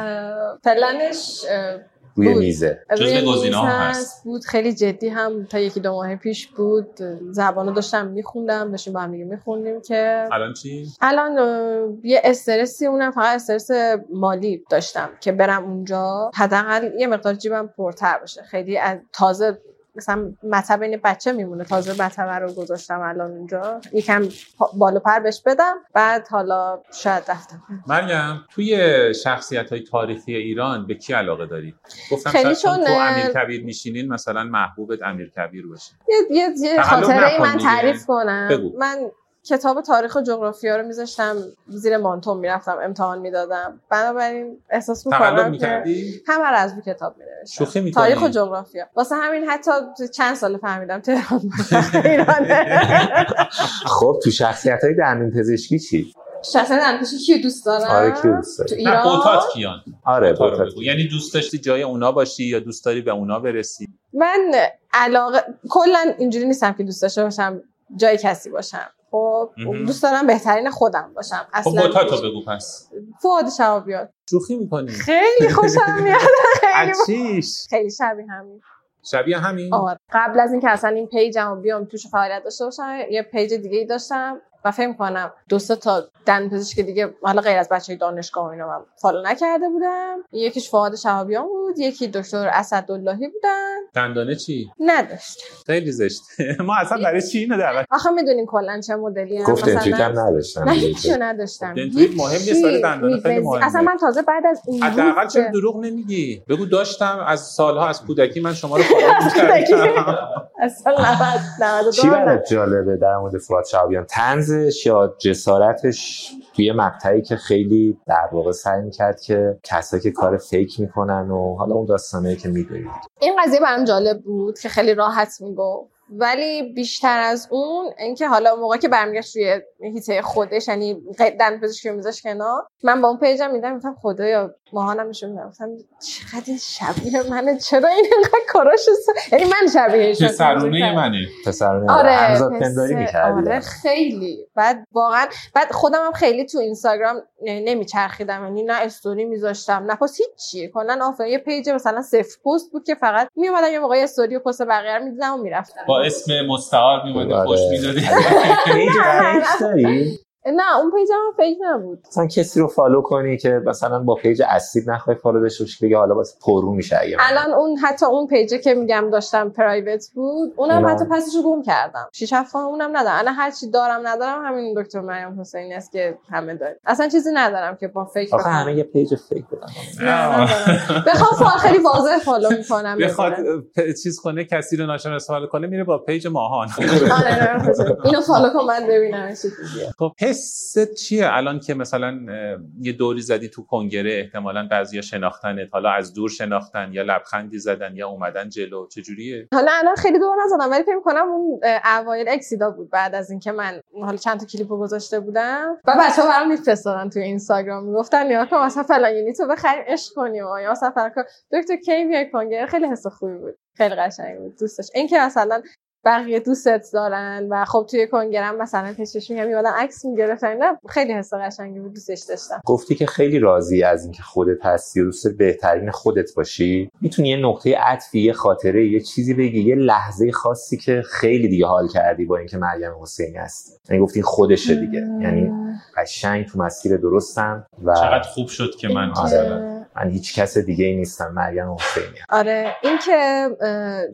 Speaker 3: پلنش اه،
Speaker 4: روی
Speaker 3: بود.
Speaker 4: میزه
Speaker 1: جزو
Speaker 3: روی میز
Speaker 1: گزینه‌ها هست.
Speaker 3: بود خیلی جدی هم تا یکی دو ماه پیش بود زبانو داشتم میخوندم داشتیم با هم دیگه میخوندیم که
Speaker 1: الان چی
Speaker 3: الان اه، یه استرسی اونم فقط استرس مالی داشتم که برم اونجا حداقل یه مقدار جیبم پرتر باشه خیلی از تازه مثلا مطب این بچه میمونه تازه مطب رو گذاشتم الان اونجا یکم پا- بالا پر بهش بدم بعد حالا شاید رفتم
Speaker 1: مریم توی شخصیت های تاریخی ایران به کی علاقه داری گفتم
Speaker 3: خیلی
Speaker 1: شاید چون
Speaker 3: چون،
Speaker 1: تو
Speaker 3: اه،
Speaker 1: امیر کبیر میشینین مثلا محبوبت امیر کبیر باشه
Speaker 3: یه, یه, یه
Speaker 1: تقلب
Speaker 3: خاطره ای
Speaker 1: نکن
Speaker 3: من
Speaker 1: دیگه.
Speaker 3: تعریف کنم
Speaker 1: بگو.
Speaker 3: من کتاب تاریخ و جغرافیا رو میذاشتم زیر مانتون میرفتم امتحان میدادم بنابراین احساس
Speaker 1: تقلب
Speaker 3: میکنم که
Speaker 1: میکردی
Speaker 3: همه رو از رو کتاب مینوشتم
Speaker 1: شوخی میکنی
Speaker 3: تاریخ و جغرافیا واسه همین حتی چند سال فهمیدم تهران ایرانه
Speaker 4: خب تو شخصیت های دندون پزشکی چی
Speaker 3: شخصا دندونپزشکی کیو دوست دارم
Speaker 4: آره کیو دوست داری؟
Speaker 3: تو
Speaker 1: نه
Speaker 3: ایران
Speaker 1: قطات کیان
Speaker 4: آره
Speaker 1: قطار رو
Speaker 4: باتات.
Speaker 1: بگو. یعنی دوست داشتی جای اونا باشی یا دوست داری به اونا برسی
Speaker 3: من علاقه کلا اینجوری نیستم که دوست داشته باشم جای کسی باشم خب
Speaker 1: مهم.
Speaker 3: دوست دارم بهترین خودم باشم
Speaker 1: خب
Speaker 3: اصلا
Speaker 1: قطاتو بگو پس
Speaker 3: فواد شهابیان
Speaker 1: شوخی میکنی
Speaker 3: خیلی خوشم میاد خیلی
Speaker 1: از چیش
Speaker 3: خیلی شبیه همین
Speaker 1: شبیه همین
Speaker 3: آره قبل از اینکه اصلا این پیجمو بیام توش فعالیت داشته باشم یه پیج دیگه ای داشتم و فکر کنم دو سه تا دن پزشک دیگه حالا غیر از بچه دانشگاه و اینا من فالو نکرده بودم یکی فعاد شهابیان بود یکی دکتر اسداللهی بودن
Speaker 1: دندانه چی
Speaker 3: نداشت
Speaker 1: خیلی زشته ما اصلا برای چی اینو دعوت
Speaker 3: آخه میدونین کلا چه مدلی هم
Speaker 4: گفت اینتویت هم نداشتم یعنی
Speaker 3: نه هیچو نداشتم
Speaker 1: دنتویت مهم نیست، ولی
Speaker 3: هیچی.
Speaker 1: دندانه خیلی
Speaker 3: می‌ریزی.
Speaker 1: مهمه.
Speaker 3: اصلا من تازه بعد از اون
Speaker 1: حداقل
Speaker 3: روز
Speaker 1: چرا
Speaker 3: که-
Speaker 1: دروغ نمیگی بگو داشتم از سالها از کودکی من شما رو فالو می‌کردم.
Speaker 3: اصلا نبود
Speaker 4: چی
Speaker 3: 92 نه.
Speaker 4: برات جالبه در مورد فواد شعبیان تنزش یا جسارتش توی مقطعی که خیلی در واقع سعی میکرد که کسایی که کار فیک میکنن و حالا اون داستانه که میدونید
Speaker 3: این قضیه برام جالب بود که خیلی راحت میگو ولی بیشتر از اون اینکه حالا موقع که برمیگشت روی هیته خودش یعنی دن پزشکی رو میذاش کنار من با اون پیجم میدم میگم خدایا ماهانم نشون میدم گفتم چقدر این شبیه منه چرا این اینقدر کاراشو س- یعنی من شبیهش
Speaker 1: که سرونه منه
Speaker 4: پسرانه
Speaker 3: آره
Speaker 4: همزاد
Speaker 3: پس-
Speaker 4: پنداری میکردی
Speaker 3: آره خیلی بعد واقعا بعد خودم هم خیلی تو اینستاگرام نمیچرخیدم یعنی نه استوری میذاشتم نه پست هیچی کلا آفر یه پیج مثلا صفر پست بود که فقط میومدم یه موقعی استوری و پست بقیه رو میدیدم و میرفتم
Speaker 1: با اسم مستعار میمونه
Speaker 4: آره.
Speaker 1: خوش میدادی
Speaker 4: پیج برایش داری؟
Speaker 3: نه اون پیجم هم فکر نبود
Speaker 4: مثلا کسی رو فالو کنی که مثلا با پیج اصلی نخوای فالو داشته باشی بگه حالا باز پرو میشه اگه من.
Speaker 3: الان اون حتی اون پیجه که میگم داشتم پرایوت بود اونم
Speaker 4: نه.
Speaker 3: حتی پسش رو گم کردم شیش هفت ماه اونم ندارم الان هر چی دارم ندارم همین دکتر مریم حسینی است که همه داریم اصلا چیزی ندارم که با فکر
Speaker 4: آخه
Speaker 3: بکنم
Speaker 4: همه یه پیج فیک بدن
Speaker 3: بخوام فال خیلی واضح فالو میکنم
Speaker 1: بخواد پ- چیز کنه کسی رو ناشناس فالو کنه میره با پیج ماهان
Speaker 3: آره، اینو فالو کن من ببینم چی چیزیه
Speaker 1: خب حست چیه الان که مثلا اه، یه دوری زدی تو کنگره احتمالا بعضیا شناختنت حالا از دور شناختن یا لبخندی زدن یا اومدن جلو چجوریه
Speaker 3: حالا الان خیلی دور نزدم ولی فکر کنم اون اه، اوایل اکسیدا بود بعد از اینکه من حالا چند تا کلیپو گذاشته بودم و بچه ها برام میفرستادن توی اینستاگرام میگفتن یا کن مثلا فلان یونیتو بخریم عشق کنیم یا مثلا فلان کن. دکتر کی بیای کنگره خیلی حس خوبی بود خیلی قشنگ بود دوستش اینکه مثلا بقیه دوستت دارن و خب توی کنگره هم مثلا پیشش میگم میادم عکس میگرفتن نه خیلی حس قشنگی بود دوستش داشتم
Speaker 4: گفتی که خیلی راضی از اینکه خودت هستی و دوست بهترین خودت باشی میتونی یه نقطه عطفی یه خاطره یه چیزی بگی یه لحظه خاصی که خیلی دیگه حال کردی با اینکه مریم حسینی هست یعنی گفتی این خودشه دیگه یعنی قشنگ تو مسیر درستم و
Speaker 1: چقدر خوب شد که من بله.
Speaker 4: آره.
Speaker 1: مثلا
Speaker 4: من هیچ کس دیگه ای نیستم مریم حسینی
Speaker 3: آره این که اه،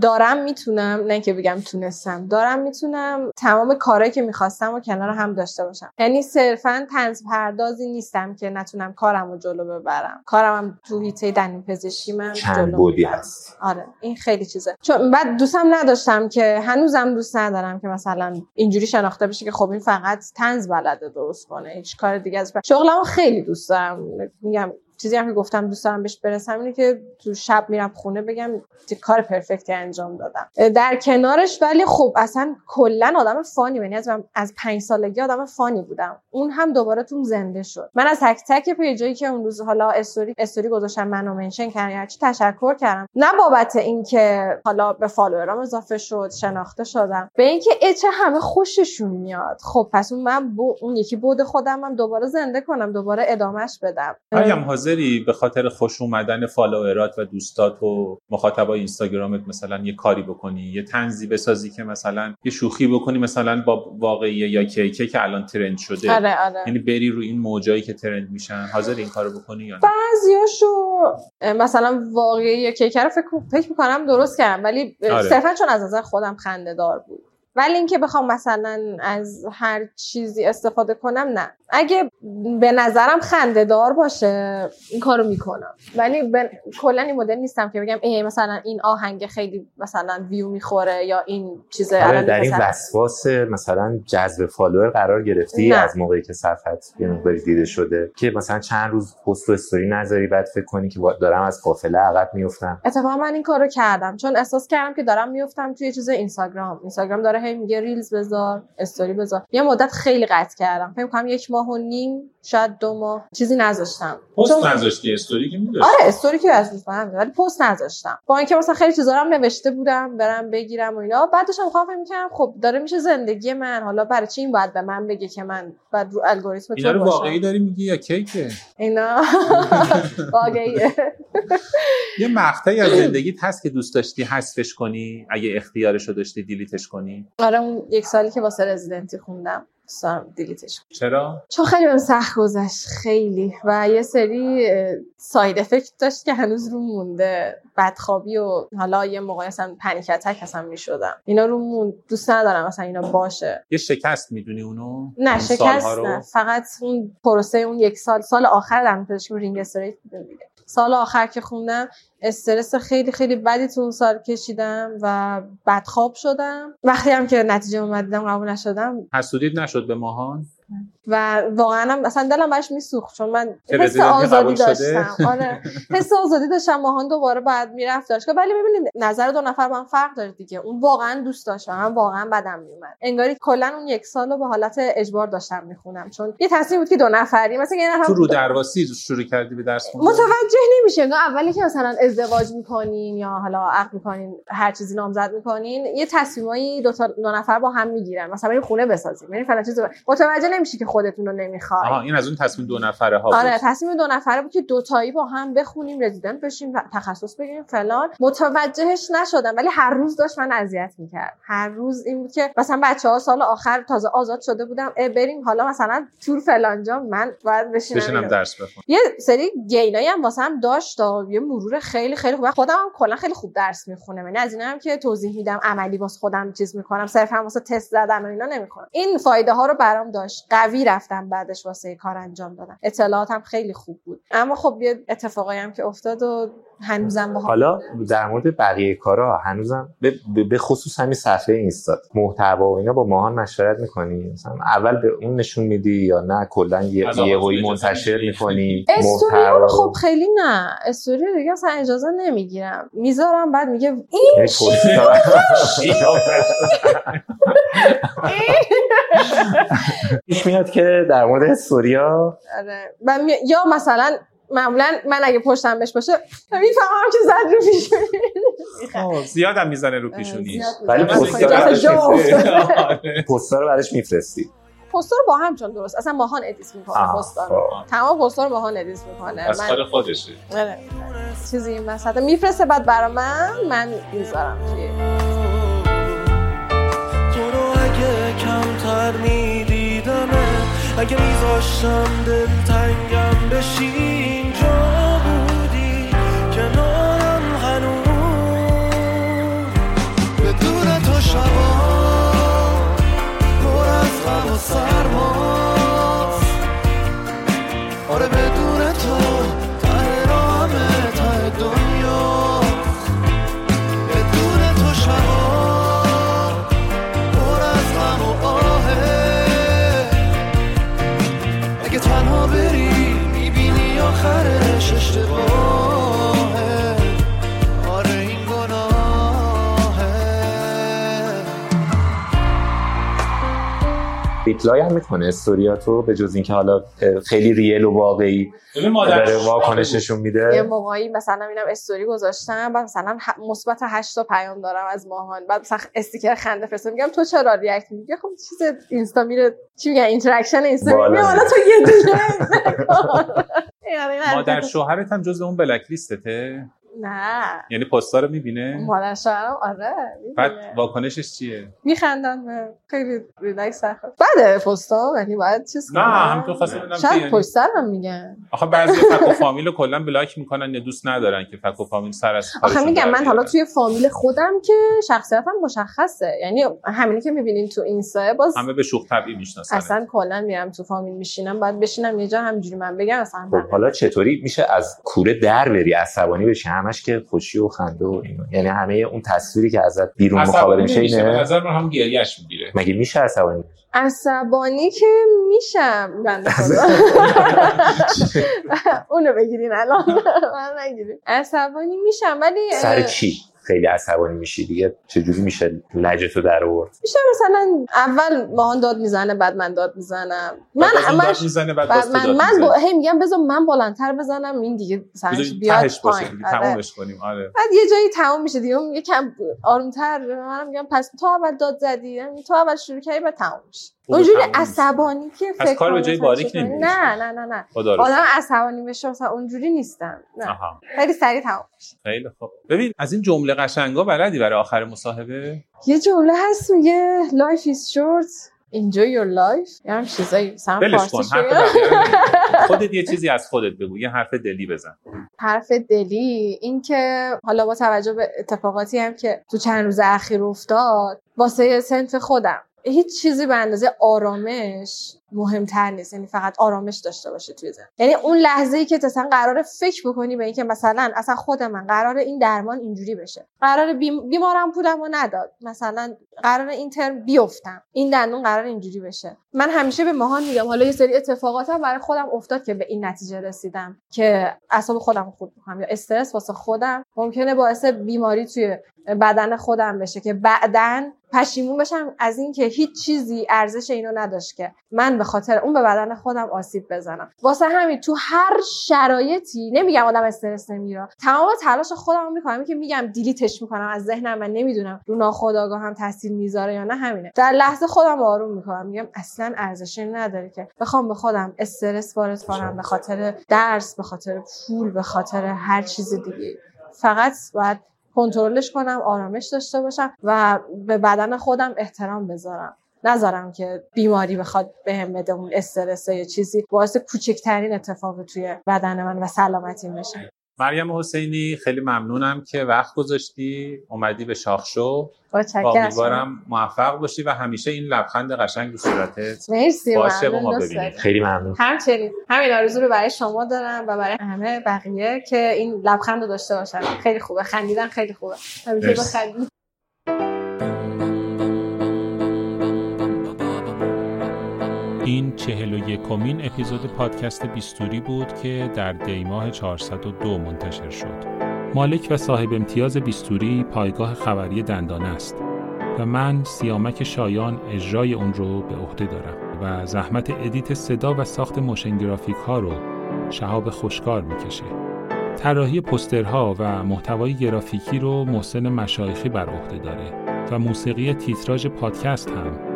Speaker 3: دارم میتونم نه که بگم تونستم دارم میتونم تمام کارهایی که میخواستم و کنار هم داشته باشم یعنی صرفا تنز پردازی نیستم که نتونم کارم رو جلو ببرم کارم هم تو هیته دنی پزشکیم
Speaker 4: چند بودی هست
Speaker 3: آره این خیلی چیزه چون بعد دوستم نداشتم که هنوزم دوست ندارم که مثلا اینجوری شناخته بشه که خب این فقط تنز بلده درست کنه هیچ کار دیگه ازش شغلمو خیلی دوست دارم میگم چیزی هم که گفتم دوست دارم بهش برسم اینه که تو شب میرم خونه بگم چه کار پرفکتی انجام دادم در کنارش ولی خب اصلا کلا آدم فانی یعنی از من از پنج سالگی آدم فانی بودم اون هم دوباره توم زنده شد من از تک تک پیجایی که اون روز حالا استوری استوری گذاشتم منو منشن کردم هرچی تشکر کردم نه بابت اینکه حالا به فالوورام اضافه شد شناخته شدم به اینکه اه، چه همه خوششون میاد خب پس اون من بو- اون یکی بود خودم هم دوباره زنده کنم دوباره ادامش بدم
Speaker 1: مریم حاضری به خاطر خوش اومدن فالوورات و دوستات و مخاطبای اینستاگرامت مثلا یه کاری بکنی یه تنزی بسازی که مثلا یه شوخی بکنی مثلا با واقعی یا کیکه که الان ترند شده
Speaker 3: آره آره
Speaker 1: یعنی بری رو این موجایی که ترند میشن حاضر این کارو بکنی یا نه
Speaker 3: بعضیاشو اه، مثلا واقعی یا کیکر رو فکر, فکر میکنم درست کردم ولی اه،
Speaker 1: آره.
Speaker 3: صرفا چون از نظر خودم خنده دار بود ولی اینکه بخوام مثلا از هر چیزی استفاده کنم نه اگه به نظرم خنده دار باشه این کارو میکنم ولی به... کلا این مدل نیستم که بگم ای مثلا این آهنگ خیلی مثلا ویو میخوره یا این چیز
Speaker 4: آره
Speaker 3: الان
Speaker 4: در این
Speaker 3: مثلا-
Speaker 4: وسواس مثلا جذب فالوور قرار گرفتی
Speaker 3: نه.
Speaker 4: از موقعی که صفحت یه مقداری دیده شده که مثلا چند روز پست و استوری نذاری بعد فکر کنی که با- دارم از قافله عقب میفتم
Speaker 3: اتفاقا من این کارو کردم چون احساس کردم که دارم میفتم توی چیز اینستاگرام اینستاگرام داره هی میگه ریلز بذار استوری بذار یه مدت خیلی قطع کردم فکر کنم یک ماه و نیم شاید دو ماه چیزی نذاشتم
Speaker 1: پست
Speaker 3: چون-
Speaker 1: نذاشتی استوری که می‌ذاشتی.
Speaker 3: آره استوری که از دوست دارم ولی پست نذاشتم با اینکه مثلا خیلی چیزا رو هم نوشته بودم برم بگیرم و اینا بعدش هم خواهم میکردم خب داره میشه زندگی من حالا برای چی این باید به من بگه که من بعد رو الگوریتم
Speaker 1: اینا
Speaker 3: تو
Speaker 1: رو واقعی
Speaker 3: باشم
Speaker 1: داری میگی یا کیکه
Speaker 3: اینا واقعیه
Speaker 1: یه مقطعی از زندگیت هست که دوست داشتی حذفش کنی اگه اختیارش رو داشتی دیلیتش کنی
Speaker 3: آره اون یک سالی که واسه رزیدنتی خوندم دوست دارم دیلیتش کنم.
Speaker 1: چرا
Speaker 3: چون خیلی بهم سخت گذشت خیلی و یه سری اه، ساید افکت داشت که هنوز رو مونده بدخوابی و حالا یه موقعی اصلا پنیک اتک اصلا میشدم اینا رو موند دوست ندارم اصلا اینا باشه
Speaker 1: یه شکست میدونی اونو
Speaker 3: نه
Speaker 1: اون
Speaker 3: شکست
Speaker 1: سالها رو؟
Speaker 3: نه فقط اون پروسه اون یک سال سال آخر دارم پزشکی رینگ استریت بوده دیگه سال آخر که خوندم استرس خیلی خیلی بدی تو اون سال کشیدم و بدخواب شدم وقتی هم که نتیجه اومد دیدم قبول نشدم
Speaker 1: حسودیت نشد به ماهان
Speaker 3: و واقعا هم اصلا دلم براش میسوخت چون من
Speaker 1: که
Speaker 3: حس
Speaker 1: رزیدنت
Speaker 3: آزادی
Speaker 1: قبول شده؟
Speaker 3: داشتم آره حس آزادی داشتم ماهان دوباره بعد میرفت داشت ولی ببینید نظر دو نفر با هم فرق داره دیگه اون واقعا دوست داشت و من واقعا بدم میومد انگاری کلا اون یک سال رو به حالت اجبار داشتم میخونم چون یه تصمیم بود که دو نفری مثلا یه نفر
Speaker 1: تو رو درواسی شروع کردی به درس خوندن
Speaker 3: متوجه نمیشه انگار اولی که مثلا ازدواج میکنین یا حالا عقد میکنین هر چیزی نامزد میکنین یه تصمیمایی دو تا دو نفر با هم میگیرن مثلا بریم خونه بسازیم بریم فلان چیزو ب- یعنی متوجه نمیشه که خودتون رو نمیخوای
Speaker 1: آها این از اون تصمیم دو نفره ها بود
Speaker 3: آره تصمیم دو نفره بود که دوتایی با هم بخونیم رزیدنت بشیم و تخصص بگیریم فلان متوجهش نشدم ولی هر روز داشت من اذیت میکرد هر روز این بود که مثلا بچه ها سال آخر تازه آزاد شده بودم اه، بریم حالا مثلا تور فلانجا من باید بشینم
Speaker 1: بشینم
Speaker 3: اینو.
Speaker 1: درس بخون
Speaker 3: یه سری گینایی هم واسه هم داشت و یه مرور خیلی خیلی خوب خودم هم کلا خیلی خوب درس میخونم یعنی از اینا هم که توضیح میدم عملی واسه خودم چیز میکنم صرفا واسه تست زدن و اینا نمیکنم این فایده ها رو برام داشت قوی رفتم بعدش واسه کار انجام دادم اطلاعاتم خیلی خوب بود اما خب یه اتفاقایی هم که افتاد و هنوزم باهام
Speaker 4: حالا در مورد بقیه کارا هنوزم به- به- به خصوص همین صفحه اینستا محتوا و اینا با ماهان مشورت میکنی مثلا اول به اون نشون میدی یا نه کلا یه
Speaker 1: از آغاز
Speaker 4: یه هایی
Speaker 1: به اجازه
Speaker 4: منتشر
Speaker 1: می‌دی؟
Speaker 4: میکنی
Speaker 3: استوریو رو خب خیلی نه استوری رو دیگه مثلا اجازه نمیگیرم میذارم بعد میگه این چیه؟
Speaker 4: پیش میاد که در مورد استوریا
Speaker 3: آره. و می- یا مثلا معمولا من اگه پشتم بهش باشه میفهمم که زد رو پیش
Speaker 1: زیاد هم میزنه رو پیشونیش
Speaker 4: ولی
Speaker 1: مثلا
Speaker 4: پستر
Speaker 1: اینکه
Speaker 4: براش
Speaker 3: جا
Speaker 4: می‌فرستی.
Speaker 3: افتاده.
Speaker 1: آره.
Speaker 4: پستر رو براش میفرستی
Speaker 3: پستر رو با هم چون درست اصلا ماهان ادیت میکنه
Speaker 4: آه،
Speaker 3: پستر رو تمام پستر رو ماهان ادیت میکنه
Speaker 1: از کار خودشه
Speaker 3: آره. چیزی این وسط میفرسته بعد برا من من میذارم توی
Speaker 11: Oh, تو رو اگه کمتر میدیدمه اگه میذاشتم دلتنگم بشی اینجا بودی کنارم هنوز بدون تو شبا پر از غم و سرماست آره بدون تو ته راهمه ته دنیا بدون تو شبا پر از غم و آهه اگه تنها بری میبینی آخرش اشتباهه آره این گناهه
Speaker 4: ریپلای هم میکنه استوریاتو به جز اینکه حالا اه، خیلی ریل و واقعی
Speaker 1: ببین مادر
Speaker 4: داره واکنششون
Speaker 3: یه
Speaker 1: آره.
Speaker 4: میده
Speaker 3: موقعی مثلا اینم استوری گذاشتم بعد مثلا ه- مثبت 8 تا پیام دارم از ماهان بعد مثلا استیکر خنده فرستم میگم تو چرا ریاکت میگی خب چیز اینستا میره چی میگن اینتراکشن اینستا
Speaker 4: بالا
Speaker 3: میره
Speaker 4: میره.
Speaker 3: حالا تو یه دونه نکن. یعنی این
Speaker 1: مادر
Speaker 3: حرکت-
Speaker 1: شوهرت هم جز اون بلک لیستته
Speaker 3: نه
Speaker 1: یعنی پستا رو میبینه
Speaker 3: مادر شوهرم آره
Speaker 1: بعد واکنشش چیه
Speaker 3: میخندن به خیلی ریلکس سخت بده پستا یعنی باید چیز
Speaker 1: نه
Speaker 3: کنم.
Speaker 1: هم تو خواستم بدم
Speaker 3: شاید
Speaker 1: که یعنی
Speaker 3: پشت سرم میگن
Speaker 1: آخه بعضی فک و فامیل رو کلا بلاک میکنن یا دوست ندارن که فک و فامیل سر از
Speaker 3: آخه
Speaker 1: کارشون
Speaker 3: میگم
Speaker 1: در
Speaker 3: من
Speaker 1: بیارن.
Speaker 3: حالا توی فامیل خودم که شخصیتم مشخصه یعنی همینی که میبینین تو اینستا باز
Speaker 1: همه به شوخ طبعی میشناسن
Speaker 3: اصلا کلا میرم تو فامیل میشینم باید بشینم یه جا همجوری من بگم اصلا
Speaker 4: خب حالا چطوری میشه از کوره در بری عصبانی بشی همش که خوشی و خنده و اینا یعنی همه اون تصویری که ازت بیرون مخابره میشه
Speaker 1: نمیشه به
Speaker 4: اینه
Speaker 1: نظر من هم گریهش میگیره
Speaker 4: مگه میشه عصبانی
Speaker 3: عصبانی که میشم بنده خدا اونو بگیرین الان من نگیرین عصبانی میشم ولی
Speaker 4: سر چی خیلی عصبانی میشی دیگه چجوری میشه لجتو در آورد
Speaker 3: میشه مثلا اول ماهان داد میزنه بعد من داد میزنم من
Speaker 1: بعد از اون
Speaker 3: من
Speaker 1: داد میزنه بعد
Speaker 3: بعد
Speaker 1: باز تو
Speaker 3: من
Speaker 1: داد
Speaker 3: من
Speaker 1: میزنه.
Speaker 3: با... هی میگم بذار من بلندتر بزنم این دیگه سرش
Speaker 1: بذارید
Speaker 3: بیاد
Speaker 1: تهش باشه
Speaker 3: پایین.
Speaker 1: دیگه
Speaker 3: آره.
Speaker 1: تمامش کنیم آره
Speaker 3: بعد یه جایی تموم میشه دیگه اون میگه کم آرومتر به منم میگم پس تو اول داد زدی یعنی تو اول شروع کردی بعد تموم میشه
Speaker 1: خوبه،
Speaker 3: اونجوری
Speaker 1: تموم میشه.
Speaker 3: عصبانی که
Speaker 1: از
Speaker 3: فکر
Speaker 1: کار به
Speaker 3: کنم
Speaker 1: جای
Speaker 3: مثلا
Speaker 1: باریک
Speaker 3: چطوری-
Speaker 1: نمیری.
Speaker 3: نه نه نه نه
Speaker 1: خدا رو شکر.
Speaker 3: آدم عصبانی بشه مثلا اونجوری نیستم نه
Speaker 1: آها
Speaker 3: خیلی سریع تموم میشه
Speaker 1: خیلی خوب ببین از این جمله قشنگا بلدی برای آخر مصاحبه
Speaker 3: یه جمله هست میگه life is short enjoy your life یه هم چیزایی مثلا
Speaker 1: ولش کن
Speaker 3: فارسی
Speaker 1: حرف
Speaker 3: شده.
Speaker 1: بقیه رو نمی‌زنی. خودت یه چیزی از خودت بگو یه حرف دلی بزن
Speaker 3: حرف دلی اینکه حالا با توجه به اتفاقاتی هم که تو چند روز اخیر افتاد واسه سنف خودم هیچ چیزی به اندازه آرامش مهمتر نیست یعنی فقط آرامش داشته باشه توی زن یعنی اون لحظه ای که تو اصلا قراره فکر بکنی به اینکه مثلا اصلا خود من قراره این درمان اینجوری بشه قراره بیم- بیمارم پولمو نداد مثلا قرار این ترم بیفتم این دندون قرار اینجوری بشه من همیشه به ماهان میگم حالا یه سری اتفاقاتم برای خودم افتاد که به این نتیجه رسیدم که اعصاب خودم رو خورد میکنم یا استرس واسه خودم ممکنه باعث بیماری توی بدن خودم بشه که بعدن پشیمون بشم از اینکه هیچ چیزی ارزش اینو نداشت که من به خاطر اون به بدن خودم آسیب بزنم واسه همین تو هر شرایطی نمیگم آدم استرس نمیره تمام تلاش خودم میکنم که میگم دیلیتش میکنم از ذهنم و نمیدونم رو ناخودآگاه هم تاثیر میذاره یا نه همینه در لحظه خودم آروم میکنم میگم اصلا ارزش این نداره که بخوام به خودم استرس وارد کنم به خاطر درس به خاطر پول به خاطر هر چیز دیگه فقط باید کنترلش کنم آرامش داشته باشم و به بدن خودم احترام بذارم نذارم که بیماری بخواد بهم بده اون استرس یا چیزی باعث کوچکترین اتفاق توی بدن من و سلامتیم بشه
Speaker 1: مریم حسینی خیلی ممنونم که وقت گذاشتی اومدی به شاخشو و
Speaker 3: متشکرم
Speaker 1: خب، امیدوارم موفق باشی و همیشه این لبخند قشنگ رو صورتت
Speaker 3: مرسی
Speaker 1: باشه و
Speaker 3: ممنون،
Speaker 1: ما
Speaker 3: دوست
Speaker 1: ببینیم
Speaker 3: دارم.
Speaker 4: خیلی ممنون
Speaker 3: همچنین همین آرزو رو برای شما دارم و برای همه بقیه که این لبخند رو داشته باشن خیلی خوبه خندیدن خیلی خوبه همینجور
Speaker 1: مرسی.
Speaker 3: بخندید.
Speaker 2: این چهل و یکمین اپیزود پادکست بیستوری بود که در دیماه 402 منتشر شد. مالک و صاحب امتیاز بیستوری پایگاه خبری دندانه است و من سیامک شایان اجرای اون رو به عهده دارم و زحمت ادیت صدا و ساخت موشن گرافیک ها رو شهاب خوشکار میکشه. طراحی پسترها و محتوای گرافیکی رو محسن مشایخی بر عهده داره و موسیقی تیتراژ پادکست هم